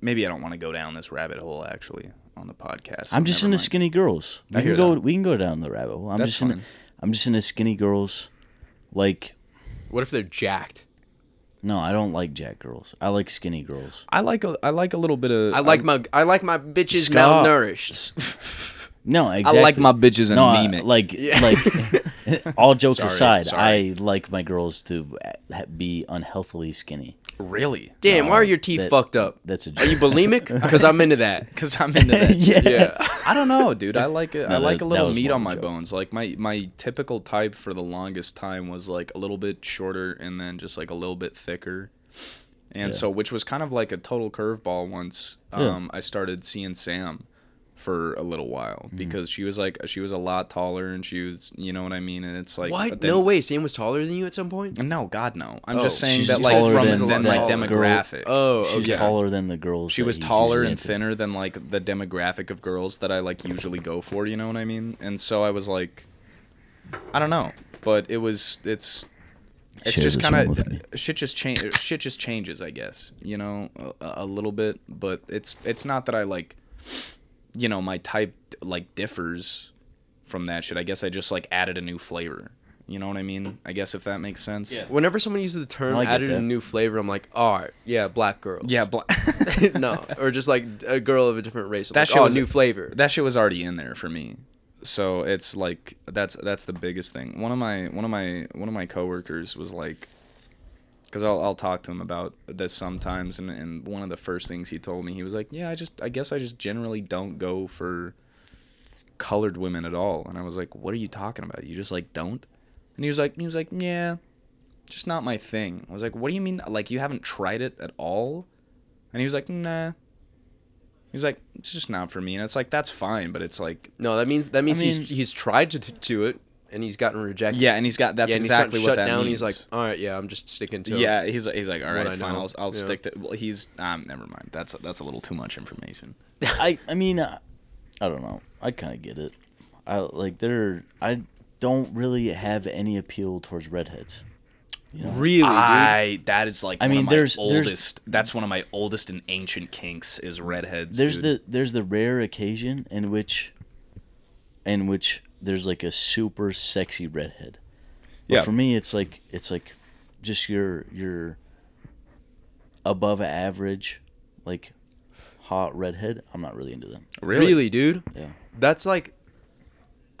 C: Maybe I don't want to go down this rabbit hole actually on the podcast. so
B: I'm just into
C: never mind.
B: skinny girls. We
C: I
B: can
C: hear
B: go.
C: that.
B: We can go down the rabbit hole. I'm
C: That's
B: just into,
C: fine.
B: I'm just into skinny girls. Like
A: What if they're jacked?
B: no, I don't like jack girls. I like skinny girls.
C: I like a I like a little bit of
A: I like my I like my bitches
B: Scott.
A: malnourished.
B: No, exactly.
C: my bitches
B: no, I-
C: anemic.
B: like
A: Yeah.
B: like all jokes
C: Sorry,
B: aside,
C: sorry.
B: I like my girls to ha- be unhealthily skinny.
C: really
A: Damn, why are your teeth
B: that-
A: fucked up?
B: That's a
A: Are you
B: joke.
A: bulimic? Because I'm into that.
C: because I'm into that.
B: yeah.
A: Yeah.
C: I don't know, dude. I like a, I
B: No,
C: like
B: that- that
C: a little
B: was
C: meat
B: more
C: on
B: of a
C: my
B: joke.
C: bones. Like my my typical type for the longest time was like a little bit shorter and then just like a little bit thicker. And so which was kind of like a total curveball once
B: Yeah.
C: um I started seeing Sam for a little while
B: Mm-hmm.
C: because she was like she was a lot taller and she was you know what I mean and it's like
A: What?
C: but then-
A: no way. Sam was taller than you at some point.
C: No, God no. I'm
A: Oh,
C: just saying
B: she's
C: that
B: just
C: like
B: taller
C: from
B: than
C: than
A: that
C: my
A: girl.
C: demographic.
A: Oh, okay.
B: She's taller than the girls.
C: She
B: that
C: was
B: he's
C: taller
B: usually
C: and
B: into.
C: thinner than like the demographic of girls that I like usually go for, you know what I mean? And so I was like I don't know, but it was it's it's
B: Shit,
C: just
B: what's wrong
C: kind
B: with me?
C: of shit just change shit just changes, I guess. You know, a, a little bit, but it's it's not that I like you know, my type like differs from that shit. I guess I just like added a new flavor. You know what I mean? I guess if that makes sense.
B: Yeah.
A: Whenever someone uses the term
B: I get
A: added a
B: that.
A: new flavor, I'm like, all right, yeah, black girls.
C: Yeah, bla-
A: no, or just like a girl of a different race. I'm
C: That
A: like,
C: shit
A: oh,
C: was-
A: new flavor.
C: that shit was already in there for me. So it's like that's that's the biggest thing. One of my one of my one of my coworkers was like, because I'll I'll talk to him about this sometimes, and and one of the first things he told me he was like, yeah, I just I guess I just generally don't go for colored women at all. And I was like, what are you talking about? You just like don't? And he was like he was like yeah, just not my thing. I was like, what do you mean? Like you haven't tried it at all? And he was like, nah. He's like, it's just not for me. And it's like, that's fine, but it's like,
A: No, that means that means
B: mean-
A: he's he's tried to t- do it. and he's gotten rejected.
C: Yeah, and he's got that's
A: yeah, and he's gotten
C: exactly what
A: shut
C: that
A: down.
C: means.
A: He's like, all right, yeah, I'm just sticking to.
C: yeah, he's he's like, all
A: what
C: right,
A: I
C: fine,
A: know."
C: I'll, I'll
A: Yeah.
C: stick to. Well, he's um, never mind. That's that's a little too much information.
B: I I mean, I, I don't know. I kind of get it. I like they're I don't really have any appeal towards redheads. You know,
A: Really? dude?
C: I that is like
B: I
C: one
B: mean,
C: of my
B: there's- there's-
C: oldest. that's one of my oldest and ancient kinks is redheads.
B: there's
C: dude.
B: the there's the rare occasion in which, in which there's like a super sexy redhead. But
C: Yeah.
B: For me, it's like it's like just your your above average, like hot redhead. I'm not really into them.
A: really? dude.
B: Yeah.
A: That's like,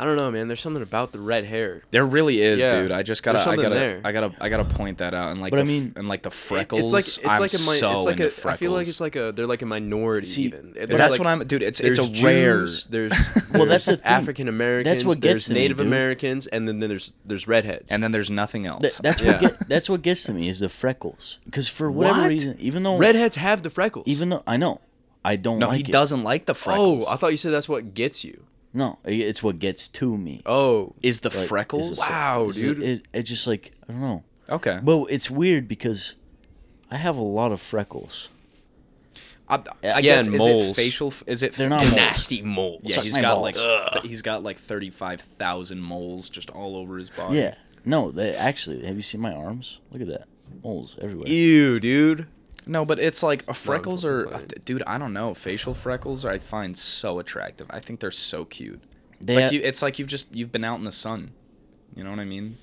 A: I don't know, man. There's something about the red hair.
C: There really is,
A: Yeah.
C: dude. I just gotta,
A: There's
C: I
A: something
C: gotta,
A: there.
C: I gotta, I gotta point that out. And like,
B: But
C: the,
B: I mean-
C: f- and like the freckles.
A: it's like it's
C: I'm
A: like a mi-
C: so
A: it's like
C: into
A: a. I feel like
C: freckles.
A: it's like a. They're like a minority
B: See,
A: even. There's
C: that's
A: like-
C: what I'm, dude. It's it's
A: There's
C: a rare.
A: Jews, There's
B: Well, that's the thing.
A: African Americans.
B: That's what gets
A: there's
B: to me,
A: Native
B: dude.
A: Americans, and then there's there's redheads.
C: and then there's nothing else.
B: Th- that's what
A: Yeah.
B: get, that's what gets to me is the freckles. Because for whatever
A: What?
B: reason, even though
A: redheads have the freckles.
B: even though I know I don't
C: no,
B: like
C: he
B: it.
C: doesn't like the freckles.
A: oh, I thought you said that's what gets you.
B: No, i- it's what gets to me.
A: Oh,
C: is the
B: Like, is
C: freckles?
B: it-
A: wow,
B: It's-
A: dude.
B: It, it, it's just like I don't know.
C: Okay.
B: But it's weird because I have a lot of freckles.
C: I, I
B: Yeah,
C: guess
A: and
C: is
A: moles.
C: it facial? f- Is it?
B: They're not moles.
A: nasty moles.
C: Yeah,
B: Suck
C: he's
B: my
C: got
B: balls.
C: like
A: Ugh.
C: th- he's got like thirty five thousand moles just all over his body.
B: Yeah. No, they actually. Have you seen my arms? Look at that. Moles everywhere.
C: E-
A: Ew, dude.
C: No, but it's like a freckles
A: fucking
C: are,
A: playing.
C: uh, dude. I don't know. Facial freckles, I find so attractive. I think they're so cute. It's
B: They
C: like
B: ha-
C: you. It's like you've just you've been out in the sun. You know what I mean?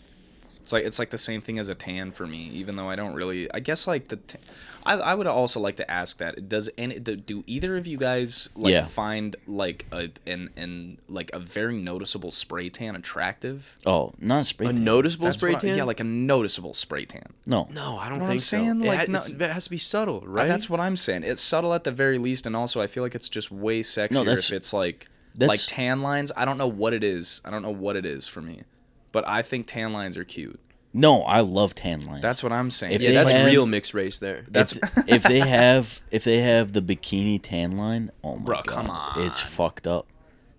C: It's like it's like the same thing as a tan for me. Even though I don't really, I guess like the, t- I I would also like to ask that does any do- do either of you guys like
B: Yeah.
C: find like a an an like a very noticeable spray tan attractive?
B: Oh, not a spray.
A: A
B: tan.
A: noticeable
C: That's
A: spray
C: what I-
A: tan.
C: yeah, like a noticeable spray tan.
B: No.
A: no, I don't
C: You know what
A: think
C: I'm saying?
A: so.
C: Like,
A: it,
C: no-
A: has, it has to be subtle, right?
C: That's what I'm saying. It's subtle at the very least, and also I feel like it's just way sexier
B: that's-
C: if it's like like
B: that's-
C: tan lines. I don't know what it is. I don't know what it is for me, but I think tan lines are cute.
B: No, I love tan lines.
C: That's what I'm saying.
B: If
A: yeah,
B: they
A: that's
B: have-
A: real mixed race there.
C: that's
B: if, if they have if they have the bikini tan line. Oh my god.
C: Bruh, come
B: It's fucked up.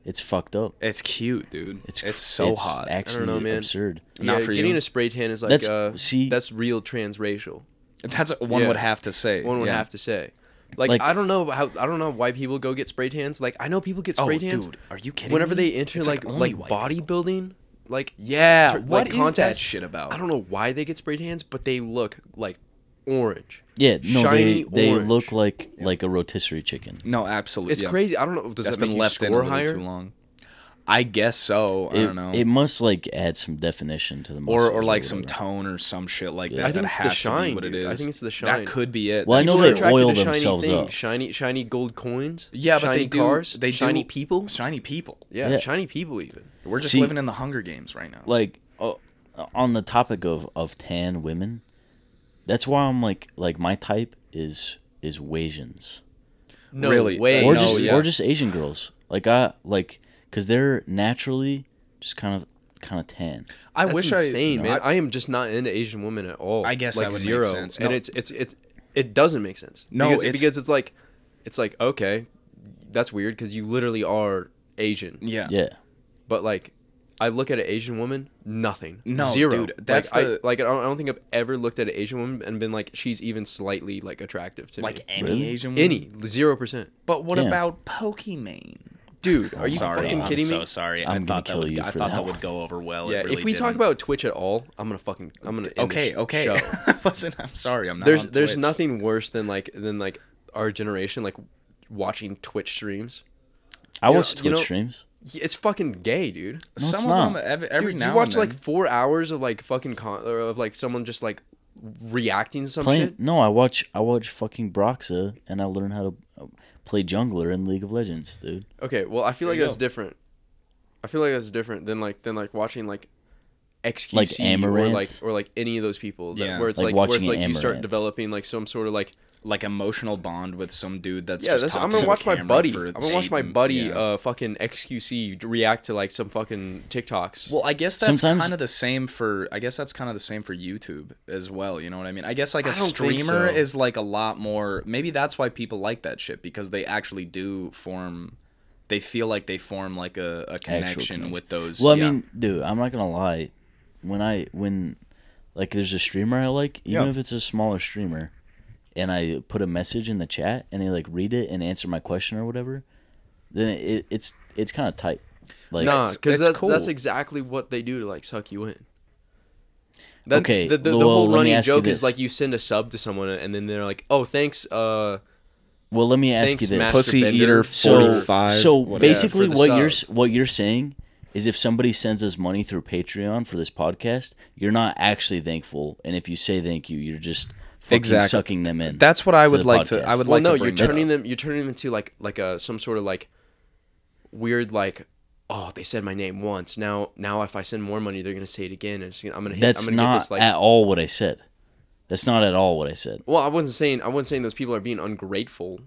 B: It's fucked up.
C: it's cute, dude.
B: It's
C: It's so
B: it's
C: hot.
B: Actually,
A: know, man.
B: absurd.
A: yeah,
C: not for
A: getting
C: you.
A: a spray tan is like
B: That's-
A: uh,
B: see-
A: that's real transracial.
C: that's what one
A: Yeah.
C: would have to say.
A: One would
C: Yeah.
A: have to say. Like,
B: Like-
A: I don't know how I don't know why people go get spray tans. Like I know people get
C: Oh,
A: spray tans.
C: dude, are you kidding?
A: Whenever
C: me?
A: they enter
C: It's
A: like
C: only
A: like,
C: white people.
A: bodybuilding, like
C: Yeah,
A: tur-
C: what is that shit about?
A: I don't know why they get spray tans, but they look like orange.
B: Yeah, no,
A: Shiny
B: they they
A: orange.
B: look like like a rotisserie chicken.
C: No, absolutely.
A: It's
C: yeah.
A: crazy. I don't know. Does
C: That's
A: that make
C: been
A: you
C: left in a
A: score
C: little
A: higher?
C: too long. I guess so. I
B: it,
C: don't know.
B: It must like add some definition to the muscles
C: or or like some
B: whatever.
C: tone or some shit like
B: Yeah.
C: that.
B: I
C: that
A: think it's the
C: has To
A: shine,
C: be what it
A: dude.
C: is.
A: I think it's the shine.
C: That could be it.
B: Well, I
C: That's
B: know
A: People
B: they
A: are attracted
B: oil
A: to
B: themselves
A: shiny
B: up.
A: Shiny, shiny gold coins.
C: Yeah, but
A: shiny
C: they do-
A: cars.
C: they
A: shiny
C: do-
A: people.
C: shiny people.
A: Yeah,
B: Yeah.
A: shiny people even.
C: We're just
B: See-
C: living in the Hunger Games right now.
B: like oh, on the topic of of tan women. That's why I'm like like my type is is Wasians
A: No
C: Really?
A: way.
B: or
C: no,
B: just
C: yeah.
B: or just Asian girls. Like I like because they're naturally just kind of kind of tan.
C: I
A: That's
C: wish
A: insane,
C: I,
A: man. I, am just not into Asian women at all.
C: I guess
A: like
C: that would make
A: zero,
C: sense.
A: and
C: No.
A: it's it's it's it doesn't make sense.
C: No,
A: because,
C: it's-
A: because it's like it's like okay, that's weird because you literally are Asian,
C: yeah.
B: Yeah,
A: but like. I look at an Asian woman, nothing,
C: No,
A: zero.
C: dude,
A: Like,
C: that's
A: I-
C: the-
A: like I don't, I don't think I've ever looked at an Asian woman and been like, she's even slightly like attractive to
C: Like
A: me.
C: any
B: Really?
C: Asian woman.
A: Any zero percent,
C: But what
B: Damn.
C: about Pokimane?
A: dude. Are you
C: sorry,
A: fucking
C: I'm
A: kidding
C: so
A: me?
C: sorry.
B: I'm
C: I
B: gonna
C: thought that
B: kill
C: would,
B: you
C: I
B: for
C: thought
B: that
C: that
B: one.
C: would go over well. It
A: yeah,
C: really
A: if we talk
C: didn't.
A: about Twitch at all, I'm gonna fucking I'm gonna end
C: okay,
A: this
C: okay,
A: show.
C: I wasn't. I'm sorry. I'm not.
A: there's
C: on
A: there's
C: Twitch.
A: nothing worse than like than like our generation like watching Twitch streams.
B: I
A: You know-
B: watch
A: you
B: Twitch
A: know-
B: streams.
A: Y- It's fucking gay, dude.
B: No, it's
C: Some
B: not.
C: of them every, every
A: dude,
C: now
A: you watch
C: and then.
A: like four hours of like fucking con- or of like someone just like reacting to some
B: Playing
A: shit.
B: no, I watch I watch fucking Broxa and I learn how to uh, play jungler in League of Legends, dude.
A: Okay, well I feel
C: There
A: like
C: you
A: that's
C: go.
A: different. I feel like that's different than like than like watching like XQC or
B: Amaranth?
A: like or like any of those people that,
C: Yeah.
A: where it's
B: Like
A: like, where
B: watching
A: it's like you start
B: Amaranth.
A: developing like some sort of like
C: like emotional bond with some dude that's
A: yeah
C: Just
A: that's, I'm
C: talks
A: gonna
C: to a
A: watch my
C: camera
A: buddy
C: for
A: I'm gonna watch
C: eight
A: my
C: m-
A: buddy
C: yeah.
A: uh fucking XQC react to like some fucking TikToks.
C: Well, I guess that's
B: Sometimes-
C: kind of the same for. I guess that's kind of the same for YouTube as well. You know what I mean? I guess like a
A: I don't think
C: streamer
A: so.
C: is like a lot more. Maybe that's why people like that shit because they actually do form they feel like they form like a, a connection
B: connection.
C: with those.
B: Well, I
C: yeah.
B: mean, dude, I'm not gonna lie. When I when like there's a streamer I like, even
C: Yeah.
B: if it's a smaller streamer, and I put a message in the chat and they like read it and answer my question or whatever, then it, it's it's kind of tight. Like
A: nah,
C: it's-
A: because
C: it's
A: that's that's
C: cool.
A: exactly what they do to like suck you in. That,
B: Okay,
A: The, the, the
B: well,
A: whole
B: let me
A: running
B: ask you
A: joke is
B: this.
A: like you send a sub to someone and then they're like, "Oh, thanks." Uh,
B: well, let me ask you
A: Thanks,
B: this.
A: Master
C: Pussy
A: Bender.
C: eater
B: so
C: 45,
B: so
C: whatever.
A: Yeah,
B: basically
A: for the
B: what you're
A: sub.
B: s- what you're saying is if somebody sends us money through Patreon for this podcast, you're not actually thankful, and if you say thank you, you're just fucking
C: Exactly.
B: sucking them in.
C: That's what I
B: to
C: would
B: the
C: like to.
B: podcast.
C: I would
B: Well,
C: like
A: well, no,
C: to bring
A: you're
C: that
A: turning
C: up.
A: them. You're turning them into like like a some sort of like weird like. Oh, they said my name once. Now, now if I send more money, they're gonna say it again. And it's gonna, I'm gonna hit.
B: That's
A: I'm gonna get
B: not
A: this, like,
B: at all what I said. That's not at all what I said.
A: Well, I wasn't saying I wasn't saying those people are being ungrateful.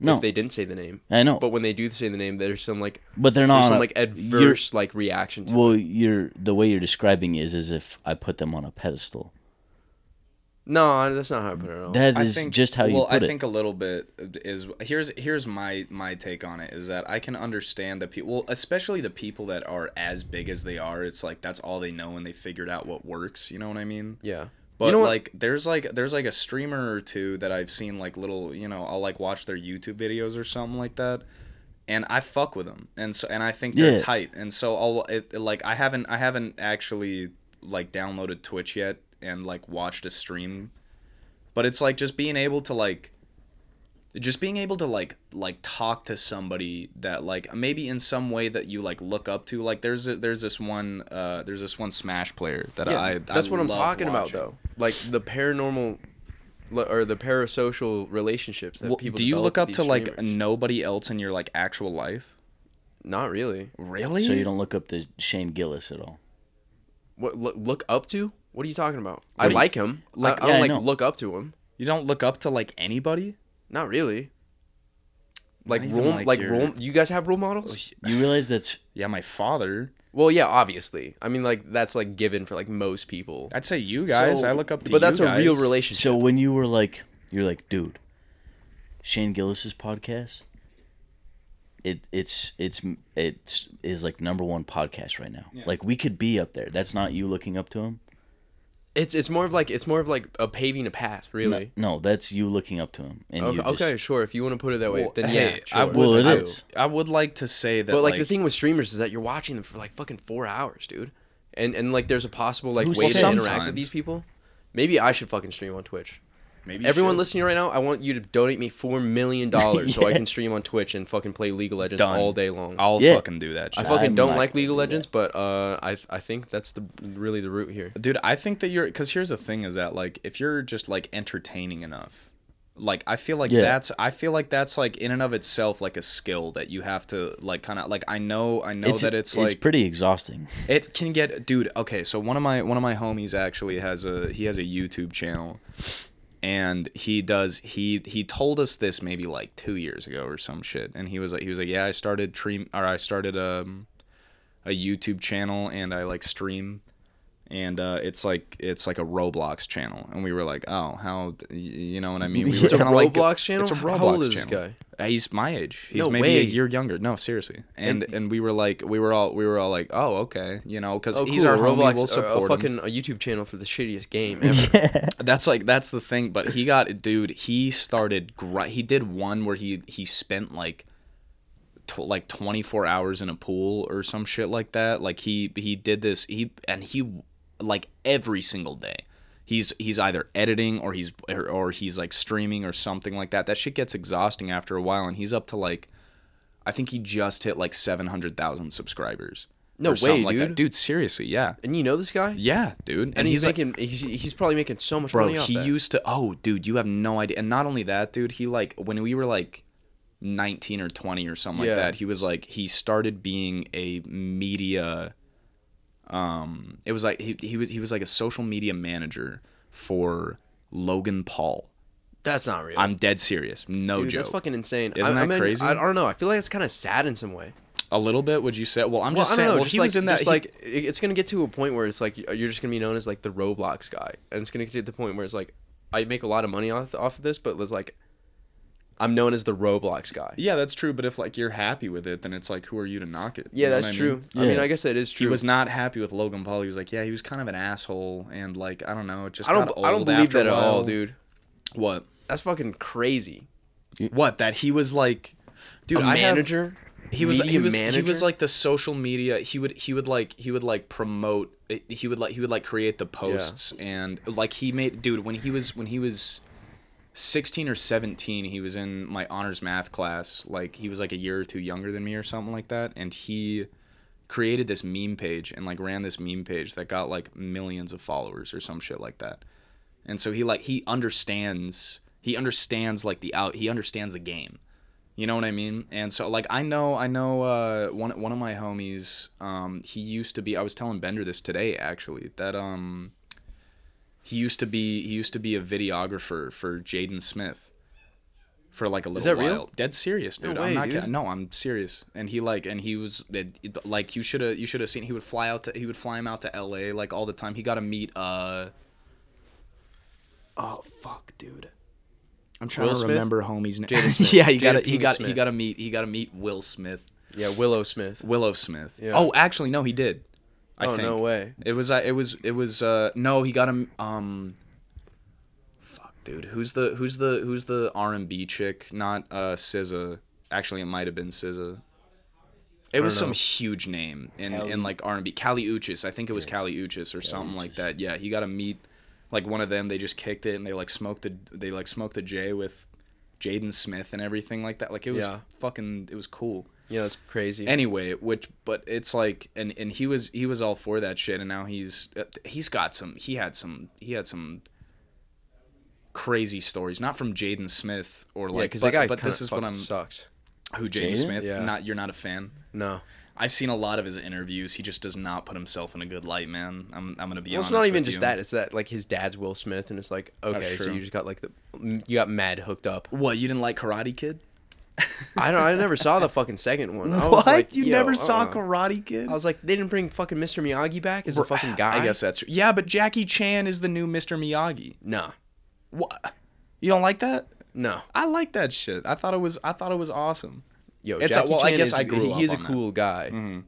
B: No.
A: if they didn't say the name.
B: I know,
A: But
B: but,
A: when they do say the name, there's some like
B: they're
A: there's
B: not
A: some
B: on a-
A: like
B: you're-
A: adverse like reaction to. it.
B: well, you're the way you're describing is as if I put them on a pedestal.
A: No, that's not how Oh, I put it at all.
B: That
C: I
B: is
C: think-
B: just how you
C: well,
B: put
C: I
B: it.
C: think a little bit is here's here's my my take on it is that I can understand the people, well, especially the people that are as big as they are. It's like that's all they know, and they figured out what works. You know what I mean?
A: yeah.
C: But
A: you know what?
C: like, there's like there's like a streamer or two that I've seen like little, you know, I'll like watch their YouTube videos or something like that, and I fuck with them, and so and I think they're
B: Yeah.
C: tight, and so I'll it, like I haven't I haven't actually like downloaded Twitch yet and like watched a stream, but it's like just being able to like just being able to like like talk to somebody that like maybe in some way that you like look up to like there's a, there's this one uh there's this one smash player that
A: yeah,
C: i I
A: that's what I'm
C: love
A: talking about
C: watching.
A: though. Like the paranormal le- or the parasocial relationships that
C: Well,
A: people
C: do you
A: develop
C: look
A: with
C: up
A: these
C: to like
A: streamers.
C: nobody else in your like actual life
A: not really.
C: really
B: so you don't look up to Shane Gillis at all.
A: What look, look up to? What are you talking about? I
B: do you-
A: like him. Like, I
B: yeah, I
A: don't like
B: know.
A: look up to him.
C: you don't look up to like anybody
A: Not really. Like
C: even
A: role,
C: like
A: like
C: your-
A: role. You guys have role models?
B: You realize that's
C: yeah my father
A: Well, yeah, obviously. I mean, like that's like given for like most people.
C: i'd say you guys
B: So-
C: i look up to
A: But that's
C: you
A: a real
C: guys.
A: relationship.
B: so when you were like you're like dude, Shane Gillis's podcast. It it's it's it's is like number one podcast right now. Like we could be up there. That's not you looking up to him.
A: It's it's more of like it's more of like a paving a path, really.
B: No, that's you looking up to him. And
A: Okay,
B: you just,
A: okay, sure. If you want to put it that way,
C: Well,
A: then
C: hey,
A: yeah,
C: I
A: sure.
C: would,
B: Well, it
C: I,
B: is.
C: I would like to say that
A: But like,
C: like
A: the thing with streamers is that you're watching them for like fucking four hours, dude. And and like there's a possible like
B: Who
A: way
B: said-
A: to interact
C: Sometimes.
A: with these people. Maybe I should fucking stream on Twitch.
C: maybe you
A: Everyone
C: should.
A: listening right now, I want you to donate me four million dollars so I
B: Yeah.
A: can stream on Twitch and fucking play League of Legends
C: Done.
A: all day long. i
C: i'll
B: Yeah.
C: fucking do that shit.
A: fucking
B: I'm
A: don't
B: not
A: like
B: gonna
A: League of
B: do that.
A: Legends, but uh, I I think that's the really the root here.
C: dude i think that you're because here's the thing is that like if you're just like entertaining enough like i feel like
B: Yeah.
C: that's i feel like that's like in and of itself like a skill that you have to like kind of like i know i know
B: It's,
C: that it's like
B: pretty exhausting.
C: it can get dude okay so one of my one of my homies actually has a he has a youtube channel and he does he he told us this maybe like two years ago or some shit and he was like he was like yeah i started stream or i started um a youtube channel and i like stream and uh, it's like it's like a Roblox channel, and we were like, "Oh, how y- you know what I mean?" We were
A: It's a
C: kinda like-
A: Roblox channel?
C: It's a
A: How
C: Roblox
A: old is this
C: channel.
A: guy?
C: Uh, He's my age. He's
A: No
C: maybe
A: way.
C: a year younger. No, seriously. And, and we were like, we were all we were all like, oh okay, you know, because
A: Oh,
C: he's
A: cool.
C: our
A: Roblox,
C: homie. We'll
A: uh,
C: support
A: a
C: him.
A: fucking a YouTube channel for the shittiest game ever.
C: That's like that's the thing. But he got dude. He started. Gr- he did one where he he spent like. Tw- like 24 hours in a pool or some shit like that like he he did this he and he like every single day he's he's either editing or he's or, or he's like streaming or something like that that shit gets exhausting after a while and he's up to like i think he just hit like 700,000 subscribers
A: No
C: or
A: way,
C: something like that.
A: dude.
C: dude seriously yeah
A: and you know this guy?
C: yeah dude and,
A: and he's,
C: he's like
A: making he's, he's probably making so much
C: bro
A: money off
C: he
A: that.
C: used to oh dude you have no idea and not only that dude he like when we were like 19 or 20 or something
A: Yeah.
C: like that he was like he started being a media um it was like he, he was he was like a social media manager for logan paul
A: that's not real.
C: i'm dead serious no
A: Dude,
C: joke
A: that's fucking insane. I-
C: Isn't
A: I,
C: that
A: mean,
C: crazy?
A: I, don't know. I feel like it's kind of sad in some way.
C: a little bit would you say well i'm
A: Well,
C: just
A: I don't
C: saying
A: know.
C: well,
A: just
C: he
A: like,
C: was in that
A: just
C: he-
A: like it- it's gonna get to a point where it's like y- you're just gonna be known as like the Roblox guy, and it's gonna get to the point where it's like I make a lot of money off off of this, but it's like I'm known as the Roblox guy.
C: Yeah, that's true. But if like you're happy with it, then it's like, who are you to knock it?
A: Yeah,
C: You know
A: that's
C: what I
A: true.
C: mean?
A: I mean,
B: Yeah.
A: I guess that is true.
C: He was not happy with Logan Paul. He was like, yeah, he was kind of an asshole, and like I don't know, it just
A: I don't.
C: got old
A: I don't believe
C: after a
A: that at all,
C: while.
A: dude.
C: What?
A: That's fucking crazy.
C: What? That he was like, dude,
A: a
C: I have-
A: manager.
C: he was he
A: Media
C: was he
A: manager?
C: was like the social media he would he would like he would like promote eh, he would like he would like create the posts and like he made dude when he was when he was 16 or 17 he was in my honors math class like he was like a year or two younger than me or something like that and he created this meme page and like ran this meme page that got like millions of followers or some shit like that and so he like he understands he understands like the out he understands the game you know what I mean? And so like I know I know uh, one one of my homies um, he used to be I was telling Bender this today actually that um he used to be he used to be a videographer for Jaden Smith for like a little
A: that
C: while.
A: real?
C: Dead serious, dude.
A: way,
C: I'm not
A: dude.
C: kidding. No, I'm serious. And he like and he was it, it- like you should have you should have seen he would fly out to he would fly him out to LA like all the time. He got to meet uh Oh fuck, dude. I'm trying
A: Will
C: to
A: Smith?
C: remember homie's name.
A: Jada Smith.
C: yeah, he
A: Jada
C: got he
A: Pinkett
C: got he
A: Smith.
C: got to meet he got to meet Will Smith,
A: Yeah, Willow Smith.
C: Willow Smith.
A: Yeah.
C: Oh, actually, no, he did. I
A: oh
C: think.
A: no way.
C: It was uh, it was it was uh no, he got him um fuck dude. Who's the who's the who's the R&B chick? Not uh SZA. Actually, it might have been SZA. It was
A: don't
C: some
A: know.
C: huge name in
B: Kali-
C: in like R&B. Cali Uchis. I think it was Cali Uchis or something like that. Yeah, he got to meet like one of them they just kicked it and they like smoked the they like smoked the J with Jaden Smith and everything like that. Like it was
A: Yeah.
C: fucking it was cool
A: Yeah, that's crazy.
C: anyway which but it's like and and he was he was all for that shit and now he's uh, he's got some he had some he had some crazy stories not from jaden smith or
A: yeah,
C: like
A: because
C: but,
A: that guy
C: but this is what i'm
A: sucks.
C: who jaden
B: Jaden?
C: smith
A: Yeah.
C: not you're not a fan
A: No,
C: i've seen a lot of his interviews he just does not put himself in a good light man i'm, I'm gonna be
A: well,
C: honest
A: it's not even
C: with
A: just
C: you.
A: that. It's that like his dad's Will Smith, and it's like okay, so
C: true.
A: you just got like the you got mad hooked up.
C: what you didn't like karate kid
A: I don't. I never saw the fucking second one. I was
C: what
A: like,
C: you
A: yo,
C: never saw
A: uh-uh.
C: karate kid
A: I was like, they didn't bring fucking Mr. Miyagi back as a fucking guy.
C: i guess that's true. yeah but jackie chan is the new mr miyagi
A: No,
C: what you don't like that
A: no.
C: I like that shit. I thought it was I thought it was awesome.
A: Yo,
C: It's a-
A: Jackie
C: well, I
A: Chan
C: guess
A: is,
C: I grew
A: he,
C: up
A: is a
C: on that. Mm-hmm.
A: cool guy.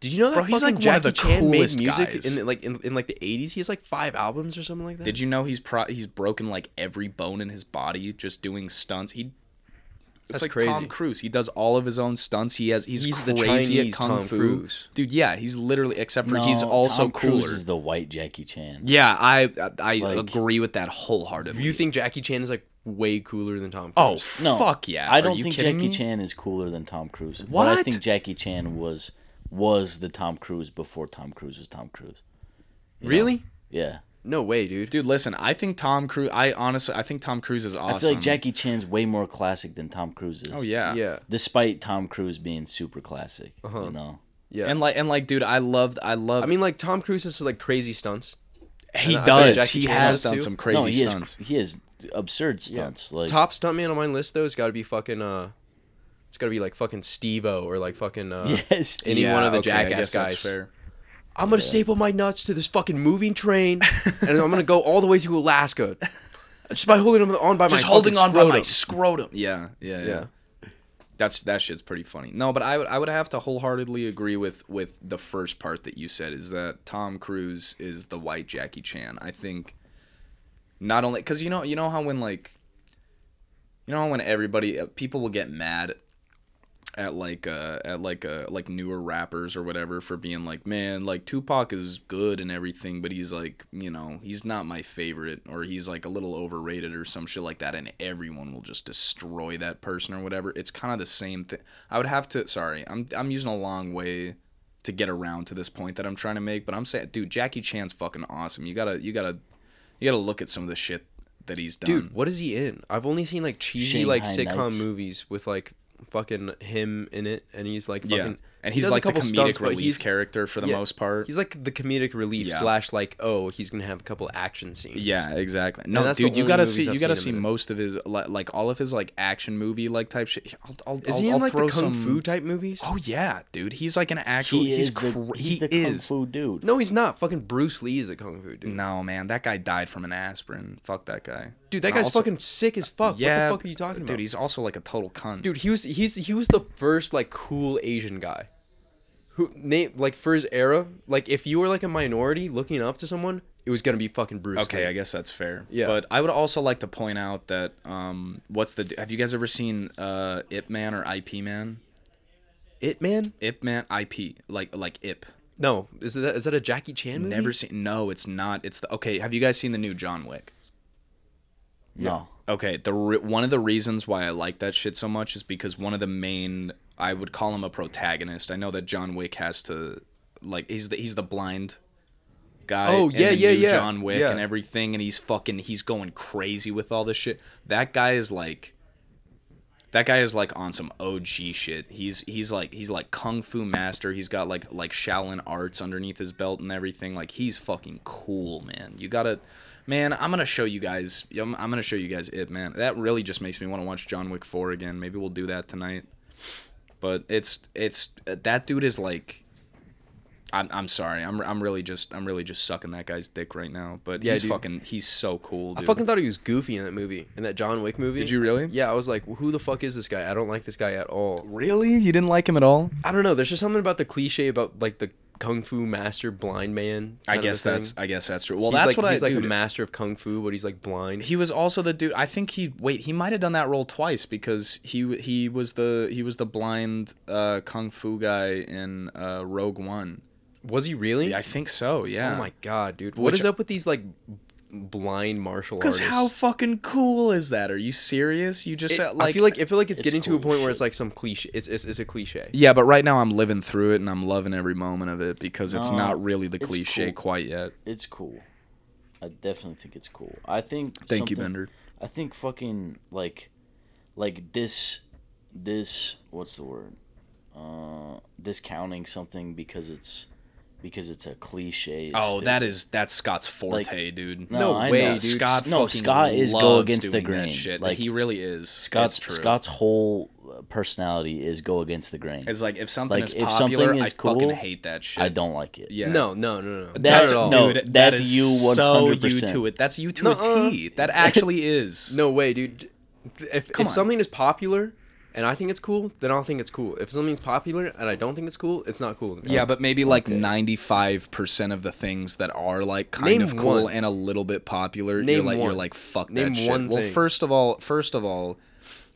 A: Did you know that
C: Bro, he's,
A: fucking
C: like,
A: Jackie
C: one of the
A: Chan made
C: coolest
A: music
C: guys.
A: in the, like in, in like the eighties? He has like five albums or something like that.
C: Did you know he's pro- he's broken like every bone in his body just doing stunts. He it's
A: That's
C: like
A: crazy.
C: Tom Cruise. He does all of his own stunts. He has he's,
A: He's the
C: crazy
A: Chinese
C: at kung
A: Tom
C: fu.
A: Cruise.
C: Dude, yeah, he's literally except for he's
B: No,
C: also
B: Tom
C: cooler.
B: Cruise is the white Jackie Chan.
C: yeah, I I, I
B: Like-
C: agree with that wholeheartedly.
A: you think Jackie Chan is like way cooler than Tom?
C: oh
A: Cruise?
B: No,
C: fuck yeah.
B: I
C: Are
B: don't
C: you
B: think
C: kidding
B: Jackie
C: me?
B: Chan is cooler than Tom Cruise. But I
C: What?
B: think Jackie Chan was was the Tom Cruise before Tom Cruise was Tom Cruise.
A: really?
B: Yeah,
A: No way, dude.
C: Dude, listen, I think Tom Cruise I honestly I think Tom Cruise is awesome.
B: I feel like Jackie Chan's way more classic than Tom Cruise is.
C: Oh yeah. Uh-huh.
A: yeah,
B: Despite Tom Cruise being super classic, you know.
A: yeah.
C: And like and like dude, I loved I loved
A: I mean, like Tom Cruise has like crazy stunts.
C: he
A: and I bet
C: does.
A: Jackie
C: He
A: Chan
C: has
A: does,
C: done
A: too.
C: some
B: no,
C: crazy
B: he
C: stunts.
B: Has, he has absurd stunts. Like
A: Top stuntman on my list though has got to be fucking uh, it's got to be like fucking Steve-O or like fucking uh,
B: yes,
A: any one of the
C: I
A: Jackass
C: guess that's
A: guys.
C: fair.
A: I'm gonna staple my nuts to this fucking moving train, and I'm gonna go all the way to Alaska, just by holding them on by my
C: Just holding on
A: fucking
C: by my
A: scrotum.
C: scrotum. Yeah, yeah, yeah,
A: Yeah.
C: That's that shit's pretty funny. No, but I would I would have to wholeheartedly agree with with the first part that you said is that Tom Cruise is the white Jackie Chan. I think not only because you know you know how when like you know how when everybody uh, people will get mad at like uh at like uh like newer rappers or whatever for being like man like Tupac is good and everything but he's like you know he's not my favorite or he's like a little overrated or some shit like that and everyone will just destroy that person or whatever it's kind of the same thing I would have to sorry I'm I'm using a long way to get around to this point that I'm trying to make but I'm saying dude Jackie Chan's fucking awesome you got to you got to you got to look at some of the shit that he's done
A: Dude, what is he in? I've only seen like cheesy like
B: Shanghai
A: sitcom
B: Nights.
A: movies with like fucking him in it, and he's like fucking.
C: yeah and
A: he
C: he's
A: does a
C: like the
A: couple
C: comedic
A: but
C: relief character for the
A: yeah,
C: most part
A: He's like the comedic relief
C: Yeah.
A: slash like oh he's gonna have a couple action scenes.
C: Yeah, exactly. No,
A: that's the
C: dude, you
A: only
C: gotta
A: movies
C: see.
A: I've
C: You gotta
A: seen
C: see
A: him in.
C: most of his like, like all of his like action movie like type shit. I'll, I'll,
A: is
C: I'll,
A: he in
C: I'll
A: like the
C: throw
A: kung
C: some-
A: fu type movies?
C: Oh yeah, dude. He's like an actual.
B: he
C: he's
B: is the,
C: cra-
B: he's
C: he
B: the kung
C: is.
B: fu dude.
A: No, he's not. Fucking Bruce Lee is a kung fu dude.
C: No man, that guy died from an aspirin. Fuck that guy.
A: Dude, that
C: And
A: guy's
C: also-
A: fucking sick as fuck.
C: Yeah,
A: what the fuck are you talking about?
C: Dude, he's also like a total cunt.
A: Dude, he was he's he was the first like cool Asian guy. Who name like for his era, like if you were like a minority looking up to someone, it was gonna be fucking Bruce.
C: Okay,
A: Lee.
C: I guess that's fair.
A: Yeah.
C: But I would also like to point out that um, what's the? Have you guys ever seen uh, Ip Man or IP Man?
A: It man?
C: Ip Man, IP, like like Ip.
A: No, is that is that a Jackie Chan movie?
C: Never seen. No, it's not. It's the okay. Have you guys seen the new John Wick?
B: No.
C: Okay, the re- one of the reasons why I like that shit so much is because one of the main I would call him a protagonist. I know that John Wick has to like he's the he's the blind guy.
A: Oh,
C: in
A: yeah,
C: the
A: yeah,
C: new
A: yeah,
C: John Wick
A: yeah.
C: and everything, and he's fucking he's going crazy with all this shit. That guy is like. That guy is like on some OG shit. He's he's like he's like kung fu master. He's got like like Shaolin arts underneath his belt and everything. Like he's fucking cool, man. You gotta, man. I'm gonna show you guys. I'm, I'm gonna show you guys it, man. That really just makes me want to watch John Wick four again. Maybe we'll do that tonight. But it's it's that dude is like. I'm, I'm sorry. I'm, I'm really just I'm really just sucking that guy's dick right now. But
A: Yeah,
C: he's
A: dude.
C: fucking he's so cool.
A: I
C: Dude.
A: fucking thought he was goofy in that movie, in that John Wick movie.
C: Did you really?
A: Yeah, I was like, who the fuck is this guy? I don't like this guy at all.
C: really you didn't like him at all.
A: I don't know. There's just something about the cliche about like the kung fu master blind man.
C: I
A: kind of a
C: guess
A: thing.
C: that's I guess that's true. Well,
A: he's
C: that's
A: like,
C: what
A: he's
C: I
A: like
C: dude,
A: a master of kung fu, but he's like blind.
C: he was also the dude. I think he wait. He might have done that role twice because he he was the he was the blind uh, kung fu guy in uh, Rogue One.
A: was he really?
C: Yeah, I think so. Yeah.
A: Oh my god, dude! What
C: Which-
A: is up with these like b- blind martial
C: Because
A: artists?
C: how fucking cool is that? Are you serious? You just
A: It-
C: uh, like,
A: I feel like I feel like it's,
B: it's
A: getting to a
B: cool
A: point where it's
B: shit.
A: like some cliche. It's it's, it's a cliche.
C: yeah, but right now I'm living through it and I'm loving every moment of it because it's
B: No,
C: not really the
B: it's
C: cliche
B: cool.
C: quite yet.
B: It's cool. I definitely think it's cool. I think
C: Thank you,
B: something-
C: Bender.
B: I think fucking like like this this what's the word? Uh discounting something because it's because it's a cliche. is
C: Oh, that
B: stupid.
C: is that's Scott's forte,
B: Like,
C: dude.
A: no
B: I
A: way,
B: know.
A: dude.
C: Scott.
B: no,
C: fucking
B: Scott is go
C: loves
B: against the
C: doing that
B: grain.
C: Shit.
B: Like
C: he really is.
B: Scott's
C: It's true.
B: Scott's whole uh, personality is go against the grain.
C: It's like if something
B: Like,
C: is
B: if
C: popular,
B: something
C: I
B: is cool,
C: fucking hate that shit.
B: I don't like it.
C: Yeah.
A: No, no, no, no.
B: That's-
A: Not at all.
B: no.
C: dude,
B: that's
C: that is
B: you
C: So you
B: 100%.
C: to it. That's you to
A: Nuh-uh.
C: a T. That actually
B: uh,
C: is.
A: No way, dude. If,
C: Come
A: if
C: on.
A: something is popular and I think it's cool, then I'll think it's cool. If something's popular and I don't think it's cool, it's not cool. to me.
C: Yeah, but maybe like
B: Okay.
C: ninety-five percent of the things that are like kind
A: Name
C: of cool
A: one.
C: and a little bit popular, you're
A: Name
C: like you're
A: one.
C: like fuck
A: Name
C: that shit.
A: one
C: well,
A: thing.
C: first of all, first of all,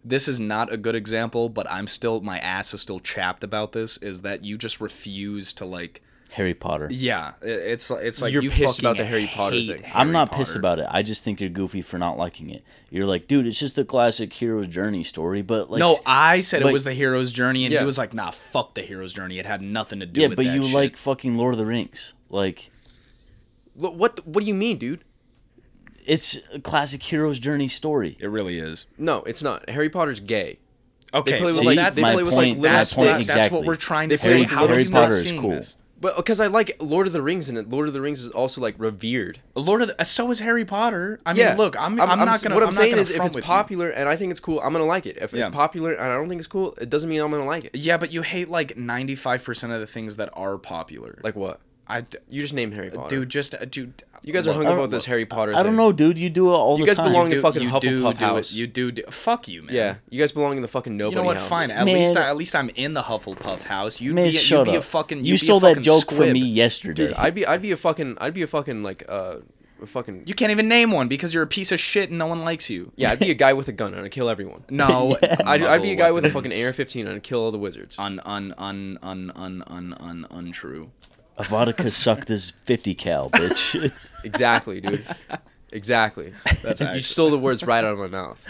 C: this is not a good example, but I'm still my ass is still chapped about this. Is that you just refuse to like? uh,
B: Harry Potter.
C: Yeah, i- it's it's like
A: You're
C: you
A: pissed about
C: fucking
A: the Harry Potter
C: hate
A: thing.
B: I'm
C: Harry
B: not pissed
C: Potter.
B: about it. I just think you're goofy for not liking it. You're like, dude, it's just the classic hero's journey story, but like
C: no, I said it
B: like-
C: was the hero's journey, and
A: Yeah.
C: he was like, "Nah, fuck the hero's journey. It had nothing to do
B: Yeah,
C: with
B: but
C: that
B: you
C: shit."
B: like fucking Lord of the Rings. Like
A: Wha- what what do you mean, dude?
B: it's a classic hero's journey story.
C: It really is.
A: No, it's not. Harry Potter's gay.
C: Okay,
A: play with,
C: so
A: like,
C: that's
A: they play
C: my
A: with, like,
B: point,
A: little
B: my
C: that's,
A: sticks.
B: point
C: not,
B: exactly.
C: that's what we're trying to
A: They play
C: say.
A: with
C: How are
A: Harry
C: you not
B: Potter is
C: seeing
B: cool.
C: this?
A: But because I like Lord of the Rings and it- Lord of the Rings is also like revered.
C: Lord of the, so is Harry Potter. I mean,
A: yeah,
C: look, I'm, I'm, not
A: s-
C: gonna.
A: What I'm,
C: not
A: saying
C: gonna
A: is, if
C: front
A: it's
C: with you.
A: popular and I think it's cool, I'm gonna like it. If
C: Yeah.
A: it's popular and I don't think it's cool, it doesn't mean I'm gonna like it.
C: yeah, but you hate like 95 percent of the things that are popular.
A: Like what?
C: I, d-
A: You just named Harry Potter,
C: dude, just uh, dude,
A: You guys are
C: look,
A: hung
C: I
A: up
C: don't-
A: about this Harry Potter.
B: I don't
A: thing.
B: know, dude. You do it all
A: You
B: the
A: guys
B: time.
A: belong in
C: dude,
A: fucking
C: you do
A: Hufflepuff
C: do it.
A: house.
C: You do, do fuck you, man.
A: Yeah, you guys belong in the fucking nobody
C: You know what?
A: house.
C: Fine. At
B: Man.
C: least I, at least I'm in the Hufflepuff house. You'd
B: Man,
C: be,
B: shut
C: you'd be a
B: up. you
C: fucking. you'd be a
B: stole that
C: fucking
B: joke
C: squib.
B: from me yesterday.
A: Dude, I'd be I'd be a fucking I'd be a fucking like uh a fucking
C: You can't even name one because you're a piece of shit and no one likes you.
A: yeah I'd be a guy with a gun and I'd kill everyone.
C: No,
A: I'd, I'd be a guy with a
C: weapons.
A: fucking AR-15 and I'd kill all the wizards.
C: Un un un un un un un untrue.
B: Vodka sucked this fifty cal, bitch.
A: Exactly, dude. Exactly.
C: That's
A: you stole the words right out of my mouth.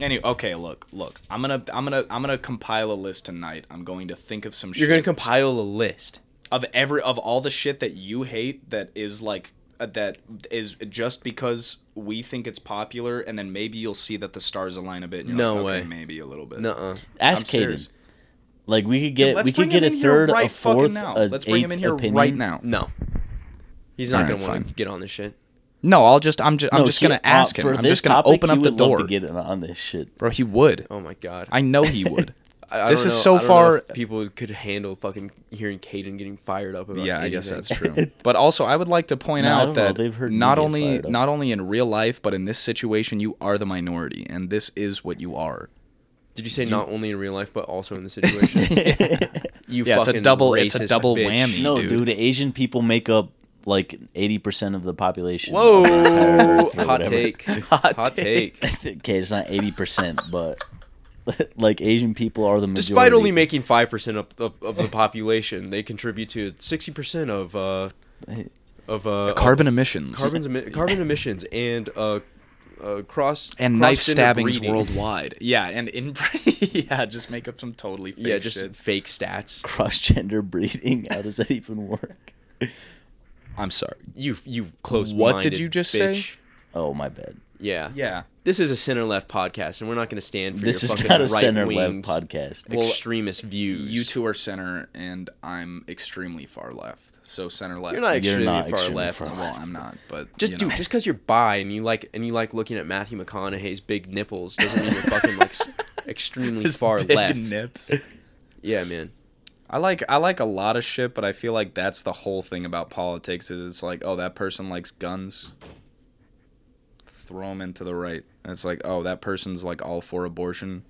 C: Anyway, okay, look, look. I'm gonna I'm gonna I'm gonna compile a list tonight. I'm going to think of some
A: You're gonna
C: shit
A: compile a list.
C: of every of all the shit that you hate that is like uh, that is just because we think it's popular, and then maybe you'll see that the stars align a bit. And you're
A: No
C: like, okay,
A: way.
C: maybe a little bit.
A: Nuh-uh.
B: Ask
C: I'm
B: Caden.
C: serious.
B: Like we could get
C: Let's
B: we
C: bring
B: could get
C: him
B: a
C: in here
B: third, a
C: right fucking
B: fourth,
C: now.
B: a
C: Let's bring him in
B: eighth
C: here
B: opinion.
C: right now.
A: No. He's not
C: All right,
A: gonna want
C: fine.
A: to get on this shit.
C: No, I'll just I'm just I'm
B: No,
C: just
B: he-
C: gonna
B: uh,
C: ask him.
B: for
C: I'm
B: this
C: just gonna
B: topic,
C: open
B: he
C: up the
B: would love
C: door,
B: to get in on this shit.
C: bro. He would.
A: Oh my god.
C: I know he would.
A: I, I
C: This
A: don't
C: is
A: know-
C: so
A: I don't know
C: far-
A: if people could handle fucking hearing Caden getting fired up. About
C: yeah, I guess
A: anything.
C: that's true. But also, I would like to point
B: No, I
C: out
B: don't know.
C: that
B: They've heard me
C: not
B: get
C: only
B: fired up.
C: not only in real life, but in this situation, you are the minority, and this is what you are.
A: Did you say not only in real life but also in the situation? you
C: Yeah, it's a
A: fucking
C: double- it's a
A: racist
C: double
A: bitch.
C: whammy.
B: no,
C: dude.
B: dude. Asian people make up like eighty percent of the population. of
A: Whoa,
B: the entire Earth or
A: hot
B: whatever.
A: take.
C: Hot
A: Hot
C: take.
A: take.
B: okay, it's not eighty percent, but like Asian people are the majority.
A: Despite only making five percent of, of of the population, they contribute to sixty percent of uh of uh
C: Oh. Carbon emissions,
A: carbon's emi- carbon emissions and uh, uh cross
C: and knife
A: cross-gender
C: stabbings
A: breeding.
C: worldwide. Yeah, and in yeah, just make up some totally fake
A: Yeah, just
C: shit.
A: fake stats.
B: cross gender breeding. How does that even work?
C: I'm sorry.
A: You you close.
C: What did you just say?
B: Oh my bad.
A: Yeah.
C: Yeah,
A: This is a center left podcast, and we're not going to stand for
B: This
A: your
B: is
A: fucking
B: not a
A: right
B: center left
A: winged
B: podcast.
C: Well,
A: extremist views.
C: you two are center, and I'm extremely far left. So center left.
A: You're not extremely
B: not
A: far
B: extremely
A: left.
B: far
C: Well, I'm not, but
A: Just
C: you
A: dude,
C: know.
A: just because you're bi and you like and you like looking at Matthew McConaughey's big nipples doesn't mean you're fucking like s- extremely
C: His
A: far
C: big
A: left.
C: nips.
A: Yeah, man.
C: I like I like a lot of shit, but I feel like that's the whole thing about politics is it's like, oh, that person likes guns. Throw them into the right. And it's like, oh, that person's like all for abortion.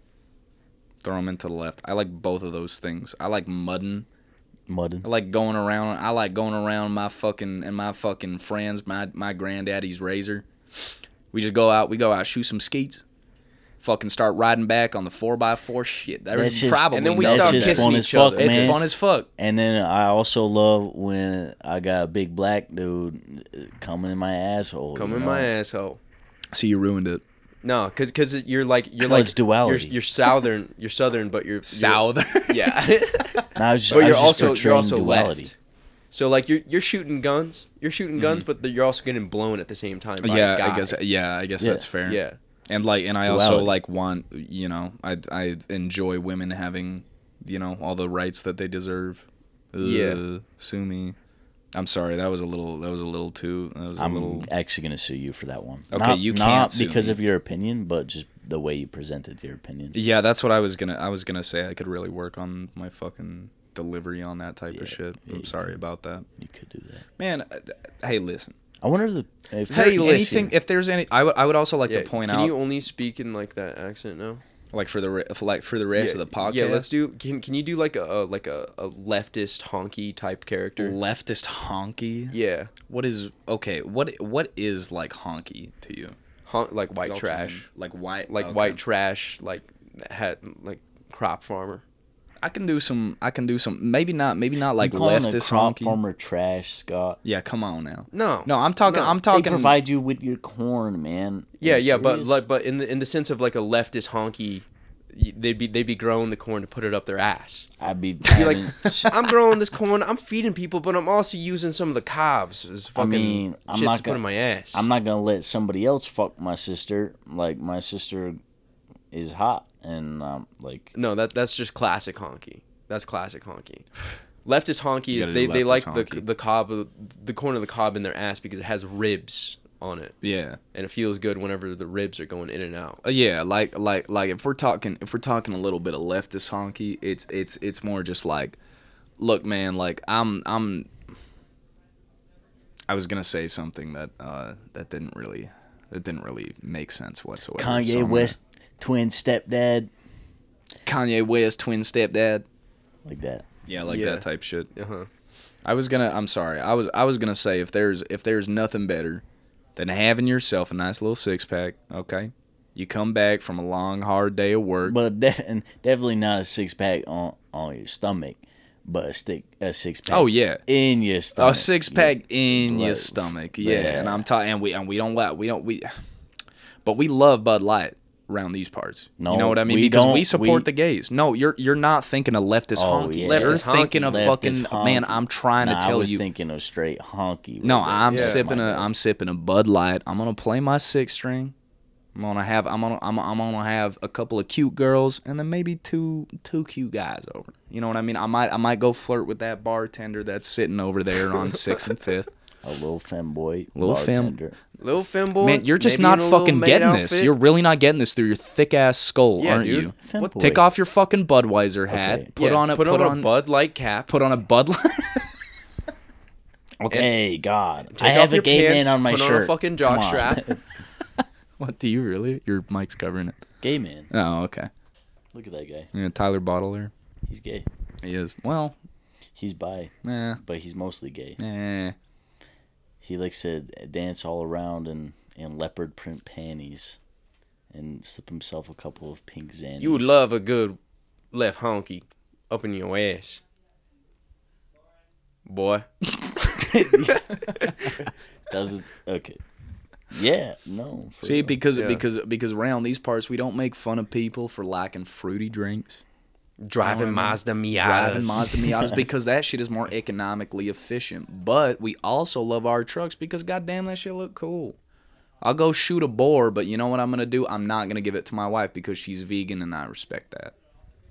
C: Throw them into the left. I like both of those things. I like mudding.
B: Muddin.
C: I like going around. I like going around my fucking and my fucking friends. My my granddaddy's razor. We just go out. We go out shoot some skeets. Fucking start riding back on the four x four shit.
B: That's
C: There's
B: just-
C: probably
A: And then we
C: no
B: That's
A: start
C: better.
B: just
A: kissing
B: fun as
A: each
B: fuck,
A: other.
C: It's
B: man.
C: fun as fuck.
B: And then I also love when I got a big black dude uh, coming in my asshole.
A: Come
B: you
A: in
B: know?
A: my asshole.
C: So you ruined it.
A: No, because cause it- you're like you're
B: No,
A: like
B: it's duality.
A: You're, you're southern. You're southern, but you're you're-
C: Southern.
A: Yeah,
B: No, I was just,
A: but
B: I
A: you're
B: was just
A: also you're
B: portraying
A: also
B: duality. Mm-hmm.
A: left. So like you're you're shooting guns. You're shooting guns, but the, you're also getting blown at the same time. By
C: yeah,
A: a guy.
C: I guess. uh, Yeah, I guess
B: Yeah.
C: that's fair.
A: Yeah.
C: and like, and I also
B: Duality.
C: like want you know, I I enjoy women having you know all the rights that they deserve.
A: Yeah.
C: sue me. I'm sorry. That was a little. That was a little too. That was a
B: I'm
C: little.
B: actually gonna sue you for that one.
C: Okay,
B: not,
C: you can't
B: not
C: sue
B: because
C: me.
B: of your opinion, but just the way you presented your opinion.
C: Yeah, that's what I was gonna. I was gonna say I could really work on my fucking delivery on that type
B: Yeah,
C: of shit.
B: yeah,
C: I'm
B: you
C: sorry
B: could.
C: about that,
B: You could do that.
C: man. uh, Hey, listen.
B: I wonder if, the, if
C: Is there
B: there's
C: anything? If there's any, I would. I would also like
A: Yeah,
C: to point
A: can
C: out,
A: you only speak in like that accent now?
C: like for the re- like for the rest of the podcast.
A: Yeah, let's do. Can Can you do like a, a like a, a leftist honky type character?
C: leftist honky.
A: yeah,
C: What is okay? What what is like honky to you?
A: Hon- like white
C: Results
A: trash,
C: in- like white,
A: like
C: okay.
A: white trash, like hat, like crop farmer.
C: I can do some. I can do some. Maybe not. Maybe not like
B: you calling a
C: leftist
B: crop
C: honky.
B: farmer trash, Scott.
C: Yeah, come on now.
A: No,
C: No, I'm talking.
A: No.
C: I'm
B: They
C: talking.
B: provide you with your corn, man. Are
A: Yeah,
B: you
A: yeah, but
B: serious?
A: like, but in the in the sense of like a leftist honky, y- they'd be they'd be growing the corn to put it up their ass.
B: I'd be
A: Be
B: having,
A: like, I'm growing this corn, I'm feeding people, but I'm also using some of the cobs as fucking
B: mean, I'm
A: shits
B: not
A: to put in
B: gonna-
A: my ass.
B: I'm not gonna let somebody else fuck my sister. Like my sister is hot, and um, like
A: No, that that's just classic honky. That's classic honky. Leftist honky
C: You
A: is
C: gotta
A: they,
C: do
A: they
C: leftist
A: like the
C: honky.
A: the cob of- the corner of the cob in their ass because it has ribs on it
C: Yeah.
A: and it feels good whenever the ribs are going in and out.
C: Uh, Yeah, like like like if we're talking if we're talking a little bit of leftist honky, it's it's it's more just like, look, man, like I'm I'm. I was gonna say something that uh that didn't really that didn't really make sense whatsoever. so
B: Kanye
C: I'm gonna-
B: West twin stepdad,
C: Kanye West twin stepdad.
B: like that.
C: Yeah, like
A: Yeah.
C: that type shit.
A: Uh huh.
C: I was gonna. I'm sorry. I was. I was gonna say if there's if there's nothing better than having yourself a nice little six pack. Okay, you come back from a long hard day of work.
B: But de- and definitely not a six pack on on your stomach, but a stick a six pack.
C: oh yeah,
B: in your stomach.
C: a six pack in your
B: Like,
C: stomach. Yeah,
B: yeah.
C: and I'm talking. And we and we don't let we don't we, but we love Bud Light around these parts.
B: No,
C: you know what I mean?
B: we
C: because we
B: don't-
C: support
B: we-
C: the gays. No, you're you're not thinking of leftist
B: Oh,
C: honky.
B: yeah.
C: You're
A: Leftist honky.
C: thinking of
B: Left is
C: fucking
B: honky.
C: man. I'm trying
B: Nah,
C: to
B: I
C: tell
B: was
C: you.
B: thinking of straight honky.
C: No,
B: right there.
C: I'm
A: Yeah.
C: sipping
B: my
C: a
B: bad.
C: am sipping a Bud Light. I'm gonna play my six string. I'm gonna have I'm gonna I'm, I'm gonna have a couple of cute girls and then maybe two two cute guys over. You know what I mean? I might I might go flirt with that bartender that's sitting over there on sixth and fifth.
B: A little femboy.
C: Little fem-
B: bartender.
A: Little femboy.
C: Man, you're just
A: maybe
C: not
A: in a little
C: fucking
A: maid
C: getting this.
A: outfit.
C: You're really not getting this through your thick ass skull,
A: Yeah,
C: aren't
A: dude.
C: you?
B: Femboy.
C: Take off your fucking Budweiser hat.
B: Okay.
C: Put
A: Yeah,
C: on a
A: put, on, a
C: Bud.
A: Bud Light cap.
C: Put on a Bud. Light.
B: Okay, God. I
A: Take
B: have
A: off
B: a
A: your
B: gay
A: pants,
B: man on my
A: put
B: shirt.
A: On a fucking jock
B: Come on.
A: strap.
C: what do you really? Your mic's covering it.
B: gay man.
C: Oh, okay.
B: Look at that guy.
C: Yeah, Tyler Bottler.
B: He's gay.
C: He is. Well,
B: He's bi,
C: eh,
B: but he's mostly gay.
C: eh.
B: He likes to dance all around in, in leopard print panties and slip himself a couple of pink zannies.
A: You would love a good left honky up in your ass, boy.
B: That was okay. Yeah, no. for
C: See,
B: real.
C: because
A: Yeah.
C: because because around these parts, we don't make fun of people for liking fruity drinks,
A: Driving Mazda Miatas.
C: driving Mazda Miatas, because that shit is more economically efficient. But we also love our trucks because goddamn, that shit look cool. I'll go shoot a boar, but you know what I'm gonna do? I'm not gonna give it to my wife because she's vegan, and I respect that.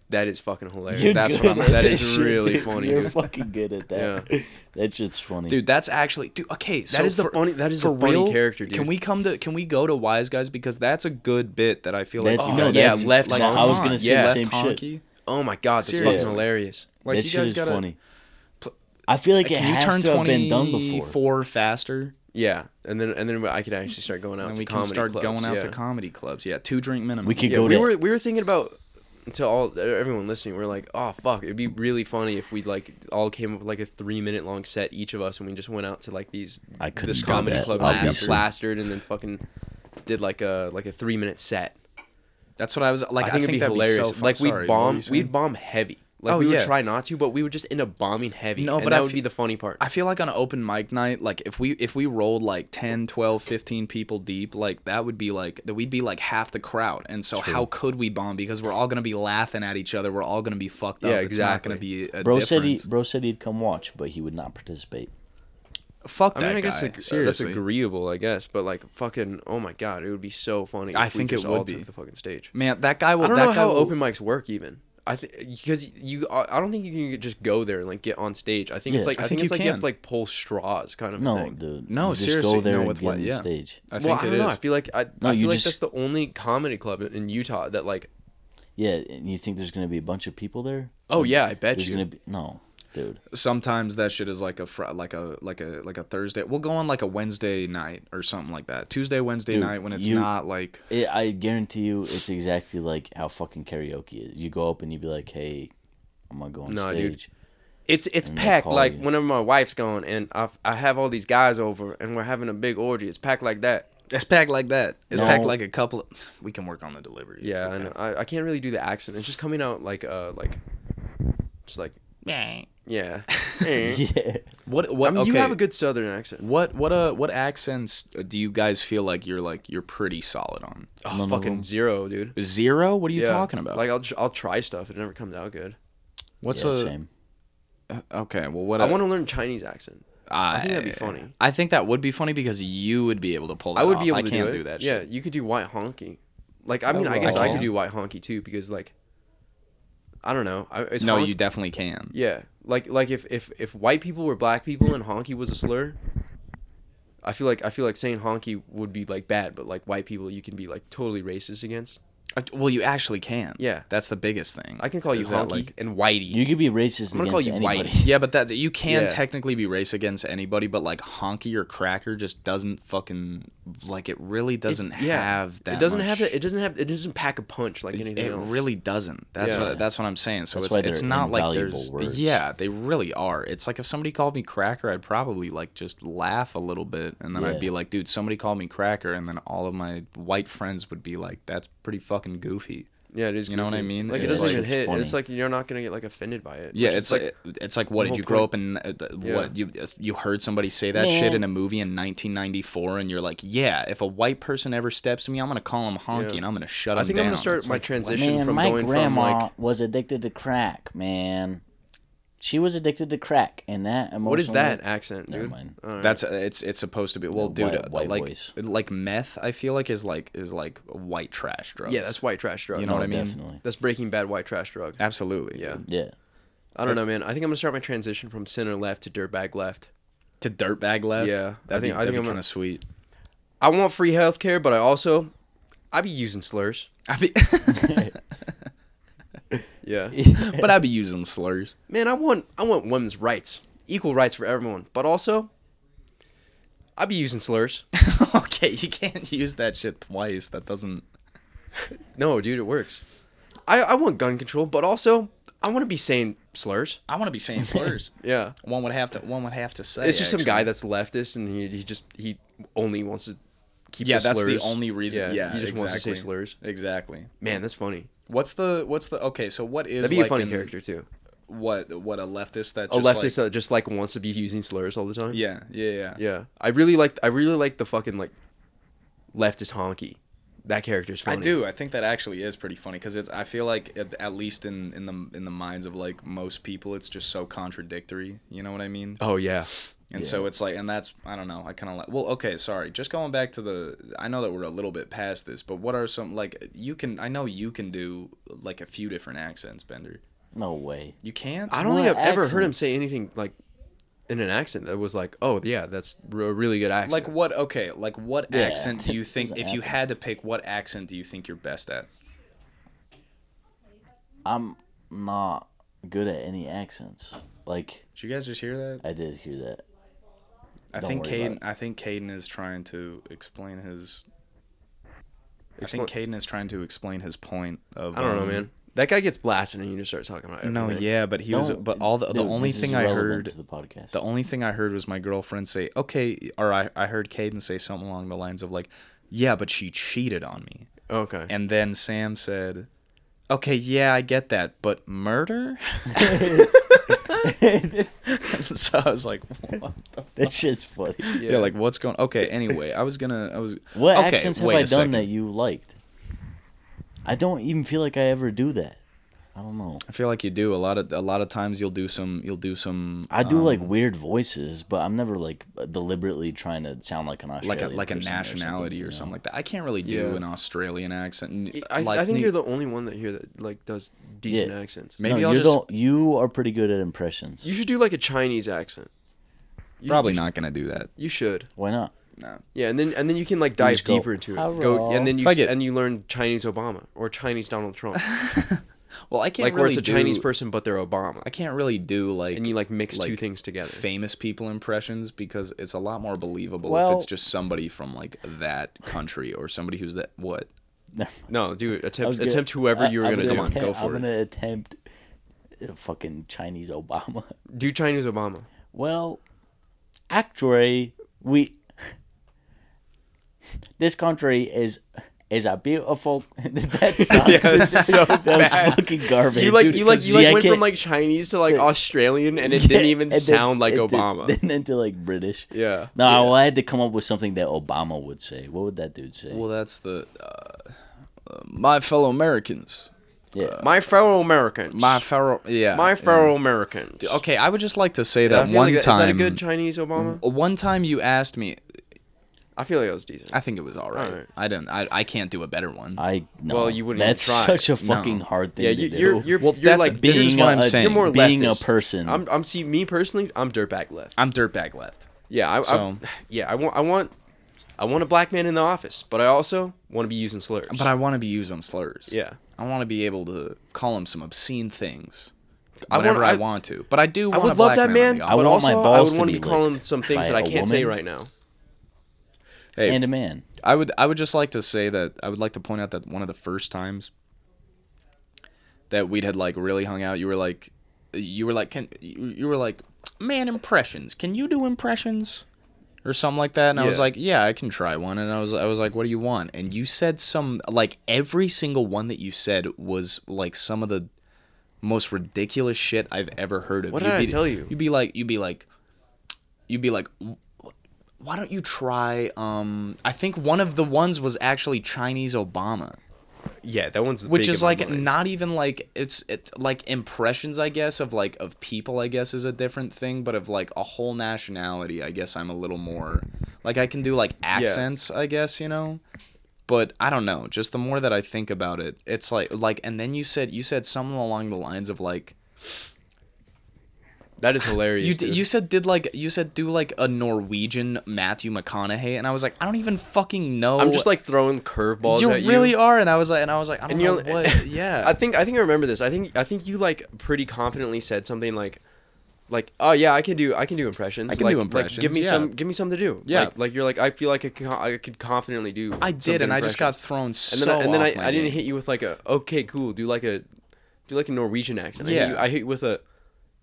A: That is fucking hilarious.
B: You're
A: That's
B: good
A: what I'm.
B: at
A: That
B: that
A: is
B: shit,
A: really
B: dude.
A: funny.
B: You're
A: dude.
B: fucking good at that. That shit's funny.
C: Dude, that's actually dude. Okay, so
A: is the
C: for-
A: funny- that is
C: for
A: a funny
C: real,
A: character, dude.
C: Can we come to? Can we go to Wise Guys because that's a good bit that I feel like.
B: That-
A: no,
C: guys-
A: that's- Yeah, left
B: that-
A: honky.
B: I was gonna say
A: Yeah.
B: the
A: Left
B: same shit.
C: honky.
A: Oh my god, that's fucking
C: Seriously.
A: hilarious.
C: Like
B: that
C: you
B: shit
C: guys
B: is
C: gotta.
B: funny. I feel like it
C: Can you
B: has
C: turn
B: to have been done before.
C: 24 faster?
A: Yeah, and then and then I could actually start going out.
C: And
A: to
C: we can
A: comedy
C: start
A: clubs,
C: going out
A: yeah.
C: to comedy clubs. Yeah, two drink minimum.
B: We could
A: Yeah,
B: go
A: we
B: to
A: were we were thinking about to all everyone listening. We are like, oh fuck, it'd be really funny if we like all came up with like a three minute long set each of us, and we just went out to like these
B: I couldn't
A: this
B: do
A: comedy
B: that,
A: club and got
B: obviously.
A: plastered, and then fucking did like a like a three minute set.
C: That's what I was like.
A: I think it'd be
C: that'd
A: hilarious.
C: so fun-
A: like we'd
C: Sorry, what were
A: bomb,
C: you saying?
A: we'd bomb heavy. Like
C: Oh,
A: we would
C: yeah.
A: try not to, but we would just end up bombing heavy.
C: No,
A: No, and
C: but
A: that
C: I
A: would
C: f-
A: be the funny part.
C: I feel like on an open mic night, like if we if we rolled like 10, 12, 15 people deep, like that would be like that we'd be like half the crowd. And so how could we bomb? Because we're all gonna be laughing at each other. We're all gonna be fucked up.
A: Yeah,
C: It's not gonna
A: exactly.
C: be a
B: Bro said he
C: difference.
B: bro said he'd come watch, but he would not participate.
C: Fuck
A: I
C: that
A: mean, I
C: guy.
A: guess it, uh, that's
C: Seriously.
A: agreeable, I guess, but like fucking, oh my god, it would be so funny. If
C: I
A: we
C: think it
A: just
C: would
A: all
C: be.
A: took the fucking stage.
C: Man, that guy will.
A: I don't
C: that
A: know
C: guy
A: how
C: will-
A: open mics work even. I think because you, I I don't think you can just go there and like get on stage. I think it's
B: Yeah.
A: like I,
C: I
A: think,
C: think
A: it's
C: you
A: like you have
C: can.
A: to like pull straws kind of
B: No,
A: thing.
B: dude.
C: No,
B: you just
C: seriously,
B: Go there
C: no,
B: and
C: with
B: get
C: what-
B: on the
C: yeah.
B: stage.
C: I
A: well,
C: think
A: I
C: it
A: don't know. I
C: is.
A: feel like I,
B: No,
A: I
B: you
A: feel like
B: just-
A: that's the only comedy club in- in Utah that like.
B: Yeah, and you think there's gonna be a bunch of people there?
A: Oh yeah, I bet
B: There's
A: you.
B: gonna be no, dude.
C: sometimes that shit is like a fr- like a like a like a Thursday. We'll go on like a Wednesday night or something like that. Tuesday, Wednesday
B: Dude,
C: night when it's
B: you-
C: not like
B: It, I guarantee you, it's exactly like how fucking karaoke is. You go up and you be like, "Hey, I'm gonna go on
A: Nah, dude.
B: stage."
A: It's it's
B: And they'll
A: packed
B: call
A: like
B: you.
A: whenever my wife's gone and I I have all these guys over and we're having a big orgy. It's packed like that.
C: it's packed like that. It's
B: No.
C: packed like a couple. Of, we can work on the delivery. It's
A: Yeah, I
C: okay.
A: know. I, I can't really do the accent. It's just coming out like uh like just like yeah. Eh. I
B: Yeah.
C: What what?
A: mean,
C: okay.
A: you have a good southern accent.
C: What what uh what accents do you guys feel like you're like you're pretty solid on?
A: Oh,
B: None of
A: fucking
B: them.
A: zero, dude.
C: Zero? What are you
A: Yeah,
C: talking about?
A: Like I'll tr- I'll try stuff. It never comes out good.
C: what's
B: yeah,
C: a
B: same.
C: okay? Well, what
A: I
C: a-
A: want to learn Chinese accent. I think that'd be funny.
C: I think that would be funny because you would be able to pull. That
A: I would
C: off.
A: be able
C: I
A: to
C: can't
A: do, it.
C: do that.
A: Yeah,
C: shit.
A: you could do white honky. Like I mean, I
B: wow.
A: guess I
B: Yeah.
A: could do white honky too because like I don't know. I, it's
C: No,
A: honk-
C: you definitely can.
A: Yeah, like like if if if white people were black people and honky was a slur, I feel like I feel like saying honky would be like bad, but like white people you can be like totally racist against.
C: Uh, Well, you actually can.
A: Yeah.
C: that's the biggest thing.
A: I can call you
C: Is that,
A: honky
C: like-
A: and whitey.
B: You could be racist
A: I'm gonna
B: against
A: call you white.
B: anybody.
C: yeah, but that's you can
A: Yeah.
C: technically be race against anybody, but like honky or cracker just doesn't fucking like it. Really doesn't have that.
A: It doesn't have
C: much-
A: that. It doesn't have. It doesn't pack a punch like anything
C: It
A: else.
C: really doesn't. That's
A: Yeah.
C: what that's what I'm saying. So
B: That's
C: it's
B: why they're
C: it's not like
B: invaluable
C: there's
B: words.
C: yeah they really are. It's like if somebody called me cracker, I'd probably like just laugh a little bit, and then
B: Yeah.
C: I'd be like, dude, somebody called me cracker, and then all of my white friends would be like, that's pretty fucking goofy.
A: Yeah, it is.
C: You know what I
A: goofy.
C: mean?
A: Like it
C: It's
A: doesn't
C: like-
A: even
B: it's
A: hit.
B: funny.
A: It's like you're not gonna get like offended by it.
C: Yeah,
A: which is,
C: it's like it's like
A: the
C: what did
A: whole
C: you grow up in? Uh, th-
A: Yeah.
C: What you you heard somebody say that shit in a movie in 1994, and you're like, yeah, if a white person ever steps to me, I'm gonna call him honky,
A: Yeah.
C: and I'm gonna shut him
A: I think I'm
C: down.
A: gonna start
C: It's
A: my
C: like,
A: transition
B: Man,
A: from
B: my
A: going
B: grandma
A: from like
B: was addicted to crack. Man, she was addicted to crack, and that emotional.
A: what is that accent, dude?
B: Never mind.
A: All right.
C: That's uh, it's it's supposed to be well, dude.
B: white-
C: uh,
B: white
C: like
B: voice.
C: like meth, I feel like is like is like white trash drugs.
A: yeah, that's white trash drugs.
C: You know what I mean?
B: Definitely.
A: That's Breaking Bad white trash drug.
C: Absolutely.
A: Yeah.
C: dude.
B: Yeah.
A: I don't know, man. I think I'm gonna start my transition from center left to dirtbag left.
C: to dirtbag left.
A: Yeah, I think-
C: that'd
A: I
C: be,
A: think I'm
C: that'd be kind
A: gonna-
C: of sweet.
A: I want free healthcare, but I also I be using slurs.
C: I'd be,
A: Yeah.
C: but I'd be using slurs.
A: Man, I want I want women's rights. Equal rights for everyone. But also I be using slurs.
C: okay, you can't use that shit twice. That doesn't.
A: No, dude, it works. I, I want gun control, but also I want to be saying slurs.
C: I want to be saying slurs.
A: Yeah.
C: one would have to. One would have to say.
A: It's just some
C: actually.
A: guy that's leftist and he, he just he only wants to keep
C: Yeah,
A: the
C: that's the
A: slurs.
C: only reason. Yeah,
A: he just wants to say
C: exactly.
A: slurs.
C: Exactly.
A: Man, that's funny.
C: What's the what's the okay? So what is
A: That'd be
C: like
A: a funny
C: an-
A: character too.
C: What what a leftist that
A: A
C: just
A: leftist
C: Like,
A: that just like wants to be using slurs all the time.
C: yeah, yeah, yeah,
A: Yeah, I really like I really like the fucking like leftist honky. That character's
C: I
A: funny.
C: do. I think that actually is pretty funny because it's. I feel like at, at least in in the in the minds of like most people, it's just so contradictory. You know what I mean?
A: Oh yeah,
C: And so it's like, and that's I don't know. I kind of like. Well, okay, sorry. Just going back to the. I know that we're a little bit past this, but what are some like you can? I know you can do like a few different accents, Bender.
B: No way.
C: You can.
A: I don't
B: What
A: think I've ever heard him
B: accents?
A: say anything like in an accent that was like, oh yeah, that's r- a really good accent.
C: Like what? Okay, like what
B: Yeah,
C: accent do you
B: it
C: think?
B: doesn't
C: If you
B: happen.
C: had to pick, what accent do you think you're best at?
B: I'm not good at any accents. Like
C: Did you guys just hear that?
B: I did hear that.
C: I
B: Don't
C: think
B: worry about
C: Caden. I think Caden is trying to explain his. I
A: Expla-
C: think Caden is trying to explain his point of.
A: I don't know,
C: um,
A: man. That guy gets blasted and you just start talking about.
C: No,
A: everything.
C: yeah, but he was.
B: Don't-
C: But all the the
B: dude,
C: only
B: this is
C: thing I
B: irrelevant
C: heard.
B: to the podcast.
C: The only thing I heard was my girlfriend say, "Okay," or I, I heard Caden say something along the lines of like, "Yeah, but she cheated on me."
A: Okay.
C: And then Sam said, "Okay, yeah, I get that, but murder?" so I was like, "What?" the-
B: that shit's funny.
C: Yeah. like what's going? Okay, anyway, I was gonna, I was.
B: What
C: okay,
B: accents have
C: wait
B: I
C: a
B: done
C: second.
B: that you liked? I don't even feel like I ever do that. I don't know.
C: I feel like you do a lot of a lot of times. You'll do some. You'll do some.
B: I do
C: um,
B: like weird voices, but I'm never like deliberately trying to sound like an
C: like a
B: Australian
C: like a
B: person or
C: nationality or
B: you
C: something,
B: know?
C: like that. I can't really do
A: Yeah.
C: an Australian accent. N-
A: I,
C: like
A: I think
C: ne-
A: you're the only one that here that like does decent
B: Yeah.
A: accents.
C: Maybe
B: no,
C: I'll
B: you're
C: just.
B: the- you are pretty good at impressions.
A: You should do like a Chinese accent. You-
C: Probably
A: you sh-
C: not gonna do that.
A: You should.
B: Why not?
A: Yeah, and then and then you can like dive
B: just go,
A: deeper into it. Go
B: "Hello."
A: and then you
C: Fuck
A: s-
C: it.
A: and you learn Chinese Obama or Chinese Donald Trump.
C: Well, I can't
A: like
C: really
A: where it's a
C: do,
A: Chinese person, but they're Obama,
C: I can't really do like
A: and you like mix two
C: like,
A: things together.
C: famous people impressions because it's a lot more believable if
B: Well-
C: it's just somebody from like that country or somebody who's that what.
A: no, dude,
B: I
A: attempt
B: was gonna-
A: attempt whoever
B: I-
A: you were
B: I'm
A: gonna,
C: gonna
A: do.
C: attempt- go
B: I'm
C: for it.
B: gonna attempt a fucking Chinese Obama.
A: Do Chinese Obama.
B: Well, actually, we this country is is a beautiful. that sucked.
A: Yeah, it's so
B: that was fucking garbage.
A: You like you like you
B: See,
A: like
B: I
A: went
B: can't-
A: from like Chinese to like
B: Yeah.
A: Australian, and it didn't even
B: And then-
A: sound like
B: and then-
A: Obama.
B: and then to like British.
A: yeah.
B: No, well, I had to come up with something that Obama would say. What would that dude say?
C: Well, that's the uh, uh, my fellow Americans.
B: yeah.
A: My fellow Americans.
C: My fellow yeah.
A: my fellow Americans.
C: Okay, I would just like to say
A: I
C: that
A: feel
C: one
A: like that-
C: time.
A: is
C: Mm.
A: that a good Chinese Obama?
C: One time you asked me,
A: I feel like that was decent.
C: I think it was all right.
A: Alright.
C: I don't. I, I can't do a better one.
B: I no,
A: Well, you wouldn't
B: That's
A: even try.
B: such a fucking hard thing
A: yeah,
B: to
A: you,
B: do.
A: you're you're
C: Well,
A: you're
C: that's-
A: like
C: this is
A: being
C: what
B: a-
C: I'm saying.
A: You're more
B: being a
A: leftist.
B: person.
A: I'm I'm see me personally. I'm dirtbag left.
C: I'm dirtbag left.
A: Yeah, I,
C: So-
A: I yeah, I want I want I want a black man in the office, but I also want to be using slurs.
C: But I want to be used on slurs.
A: yeah,
C: I want to be able to call him some obscene things
A: I
C: whenever I,
A: wanna- I-
C: want to. But I do.
A: I
C: Want a
A: would love
C: black
A: that man,
C: man.
A: but
C: on the
B: want
A: also
B: my
A: I
B: balls
A: would
B: to
A: want to
B: be
A: be calling
B: licked
A: some things
B: by
A: that I
B: a
A: can't say
B: woman.
A: right now.
C: Hey,
B: and a man.
C: I would I would just like to say that I would like to point out that one of the first times that we'd had like really hung out, you were like, you were like, can you you were like, man, impressions? Can you do impressions? Or something like that, and I was
A: Yeah.
C: like, "Yeah, I can try one." And I was, I was like, "What do you want?" And you said some, like every single one that you said was like some of the most ridiculous shit I've ever heard of.
A: What
C: You'd
A: did I
C: be-
A: tell you?
C: You'd be like, you'd be like, you'd be like why don't you try um i think one of the ones was actually chinese obama
A: Yeah, that one's
C: which
A: big
C: is
A: in my
C: like
A: mind.
C: not even like it's it, like impressions i guess of like of people i guess is a different thing but of like a whole nationality i guess i'm a little more like i can do like accents i guess you know but i don't know just the more that i think about it it's like like and then you said you said something along the lines of like
A: That is hilarious.
C: You, d-
A: dude.
C: you said did like you said do like a Norwegian Matthew McConaughey, and I was like, I don't even fucking know.
A: I'm just like throwing curveballs
C: you
A: at you.
C: really are, and I was like, and I was like, I don't
A: and
C: know
A: you're
C: what. Yeah,
A: I think I think I remember this. I think I think you like pretty confidently said something like like oh yeah, I can do I can do impressions.
C: I can
A: like,
C: do
A: Like, give me
C: impressions, yeah.
A: some give me something to do.
C: Yeah.
A: Like, like you're like I feel like I, can, I could confidently do.
C: I did,
A: something
C: and I just got
A: impressions."
C: thrown
A: And
C: so.
A: then I, and then
C: off
A: I,
C: my
A: I didn't
C: game.
A: hit you with like a okay cool do like a do like a Norwegian accent. I
C: Yeah.
A: hit you, I hit you with a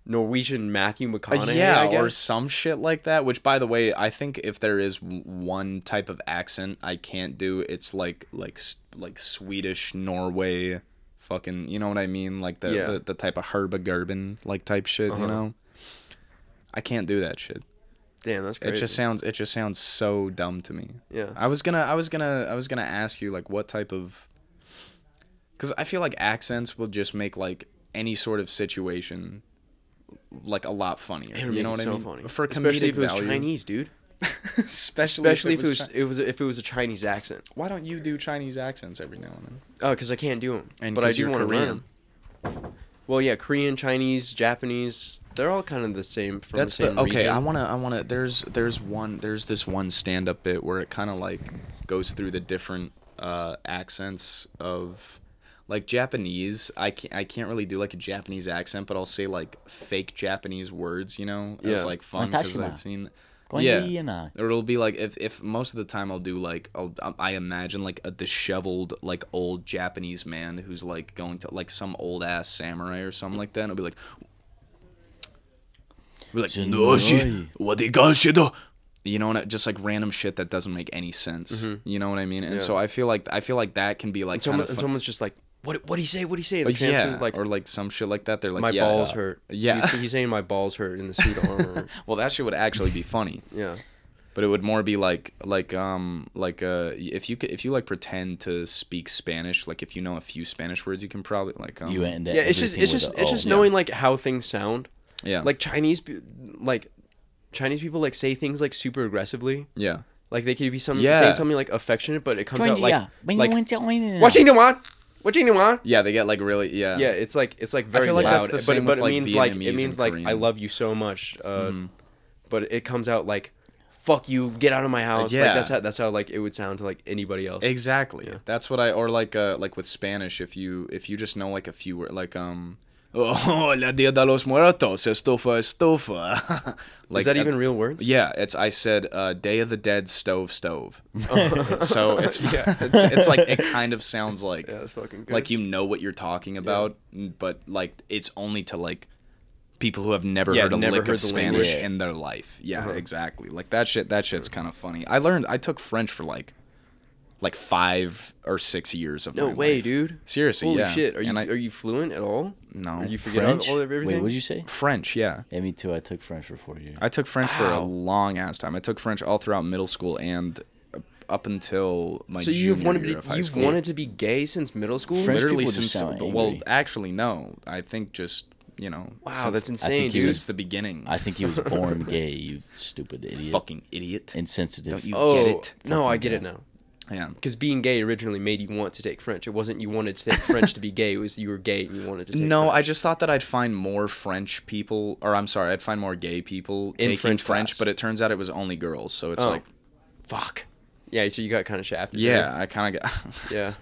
A: Norwegian Matthew
C: Uh,
A: McConaughey.
C: yeah,
A: I
C: or
A: guess.
C: some shit like that. Which, by the way, I think if there is w- one type of accent I can't do, it's like like s- like Swedish, Norway, fucking. You know what I mean? Like the
A: Yeah.
C: the, the type of Herba Gerben like type shit.
A: Uh-huh.
C: You know, I can't do that shit.
A: Damn, that's
C: It
A: crazy.
C: just sounds it just sounds so dumb to me.
A: yeah.
C: I was gonna I was gonna I was gonna ask you like what type of because I feel like accents will just make like any sort of situation like a lot funnier.
A: It would make
C: you know
A: it
C: what
A: so
C: I mean?
A: funny.
C: For comedic
A: especially if it was
C: value.
A: Chinese, dude.
C: especially,
A: Especially if it was it was if it was a Chinese accent.
C: Why don't you do Chinese accents every now and then?
A: Oh, because I can't do them.
C: And
A: but I
C: 'cause
A: do
C: you're
A: want to learn
C: Korean.
A: 'em. Well, yeah, Korean, Chinese, Japanese, they're all kind of the same. From
C: That's
A: the,
C: the,
A: same
C: okay.
A: region.
C: I wanna I wanna there's there's one there's this one stand up bit where it kind of like goes through the different uh, accents of like Japanese. I can't I can't really do like a Japanese accent, but I'll say like fake Japanese words. You know,
A: Yeah.
C: it's like fun because
B: Watashima.
C: I've seen.
B: Going
C: yeah.
B: to E and I.
C: Or it'll be like if, if most of the time I'll do like I'll, um, I imagine like a disheveled like old Japanese man who's like going to like some old ass samurai or something like that. And it'll be like, be like
B: Jinoi.
C: "Noshi, wadigashido." You know, and it- just like random shit that doesn't make any sense. You know what I mean? And
A: Mm-hmm. Yeah.
C: so I feel like I feel like that can be like
A: And,
C: kind
A: someone,
C: of
A: and someone's just like, what? What do you say? What do you say? The
C: Uh, yeah,
A: translator's like,
C: or like some shit like that. They're like
A: my
C: yeah,
A: balls
C: uh,
A: hurt.
C: Yeah.
A: he's, he's saying my balls hurt in the suit of armor.
C: Well, that shit would actually be funny.
A: Yeah,
C: but it would more be like like um like uh if you could if you like pretend to speak Spanish like if you know a few Spanish words you can probably like um,
B: You end
A: yeah. It's just it's just it's just knowing like how things sound.
C: yeah
A: Like Chinese, pe- like Chinese people like say things like super aggressively.
C: yeah
A: Like they could be some
C: Yeah.
A: saying something like affectionate, but it comes out like like what
B: watching.
A: you want, what you want.
C: yeah they get like really yeah
A: Yeah, it's like it's like very
C: feel like
A: loud,
C: that's the
A: but-
C: same
A: but,
C: with, like,
A: it means like
C: Vietnamese
A: it
C: and
A: means like I
C: Korean. Mm-hmm.
A: love you so much, uh, but it comes out like fuck you, get out of my house. Like
C: yeah.
A: that's how that's how like it would sound to like anybody else.
C: exactly that's what I or like uh like with Spanish if you if you just know like a few words like um oh la dia de los muertos estofa estofa like
A: Is that
C: at-
A: even real words?
C: yeah it's I said uh Day of the Dead stove stove so it's it's it's like it kind of sounds like
A: Yeah, that's fucking good.
C: like you know what you're talking about, n- but like it's only to like people who have never
A: Yeah,
C: heard a
A: never
C: lick
A: heard
C: of
A: the
C: Spanish
A: language. Uh-huh.
C: in their life. Yeah, exactly. Like that shit. That shit's kind of funny. I learned. I took French for like like five or six years of
A: no
C: my
A: way,
C: life.
A: dude.
C: Seriously,
A: Holy
C: yeah.
A: shit, are you
C: And I- Mm,
A: are you fluent at all?
C: No.
A: Or you forget all-
B: French.
A: all of
B: Wait,
A: everything.
B: what'd you say?
C: French, yeah.
B: Yeah, me too. I took French for four years.
C: I took French for a
A: Wow.
C: long ass time. I took French all throughout middle school and up- up until my
A: so you've
C: junior
A: wanted
C: year
A: to
C: of
A: be,
C: high
A: you've
C: school.
A: wanted to be gay since middle school.
B: French
C: literally
B: people just
C: since
B: sound
C: well
B: angry.
C: actually no i think just you know
A: Wow, that's
C: since-
A: insane,
B: you-
A: dude.
C: since the beginning
B: I think he was born gay. You stupid idiot.
C: fucking idiot
B: Insensitive.
C: Don't you
A: Oh
C: get it.
A: no, I get it now.
C: yeah
A: Because being gay originally made you want to take French. It wasn't you wanted to take French to be gay. It was you were gay and you wanted to take.
C: no
A: French.
C: i just thought that i'd find more french people or i'm sorry i'd find more gay people
A: In
C: taking
A: French
C: french,
A: class.
C: but it turns out it was only girls so it's
A: Oh.
C: like
A: fuck. Yeah, so you got kind of shafted. really.
C: yeah i kind of got
A: Yeah.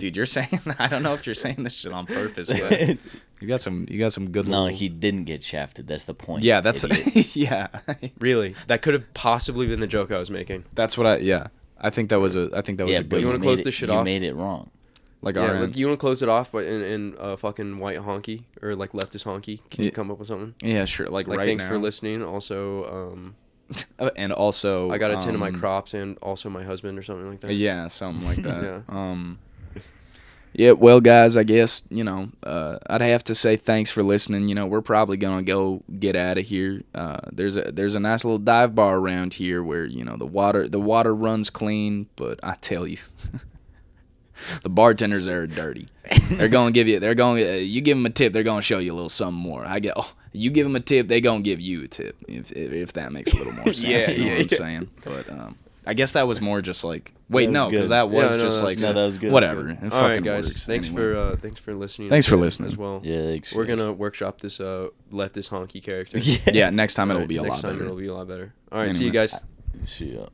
C: dude you're saying i don't know if you're saying this shit on purpose but you got some you got some good
B: no,
C: little-
B: he didn't get shafted. That's the point.
C: yeah that's
B: idiot.
C: yeah
A: Really? That could have possibly been the joke I was making.
C: that's what i yeah i think that was a i think that was
B: yeah.
C: a
B: But
C: good
B: you
A: wanna
B: want
C: one.
B: to
A: close this shit
B: you
A: off?
B: made it wrong.
C: like
A: yeah,
C: RN.
A: look, you want to close it off but in, in uh, fucking white honky or like leftist honky? Can you
C: Yeah.
A: come up with something?
C: Yeah, sure. Like,
A: Like,
C: right
A: thanks for
C: now.
A: listening. Also, um,
C: Uh, And also,
A: I got a tin of my
C: um,
A: crops and also my husband or something like that.
C: Yeah, something like that.
A: Yeah.
C: Um. Yeah, well, guys, I guess you know uh, I'd have to say thanks for listening. You know, we're probably gonna go get out of here. Uh, there's a there's a nice little dive bar around here where you know the water the water runs clean, but I tell you, the bartenders are dirty. They're gonna give you. They're gonna. Uh, you give them a tip. They're gonna show you a little something more. I get. Oh, you give them a tip. They gonna give you a tip. If if, if that makes a little more sense.
A: Yeah,
C: you know
A: yeah,
C: what I'm
A: yeah.
C: saying. But um, I I guess that was more just like wait
B: was
C: no
B: good.
C: because that was
A: Yeah, no,
C: just
A: that's
C: like
A: good. No,
B: that was good.
C: whatever.
B: That's
C: It
A: All right,
C: fucking
A: guys.
C: works
A: Thanks
C: anyway.
A: for uh, thanks for listening.
C: Thanks
A: to
C: for
A: it
C: listening.
A: as well.
B: Yeah, thanks,
A: We're
B: guys.
A: gonna workshop this uh leftist honky character.
B: Yeah.
C: yeah. Next time
A: All
C: it'll
A: right,
C: be a
A: next
C: lot
A: time
C: better.
A: It'll be a lot better. All right, see you
C: Anyway.
A: guys.
B: See ya.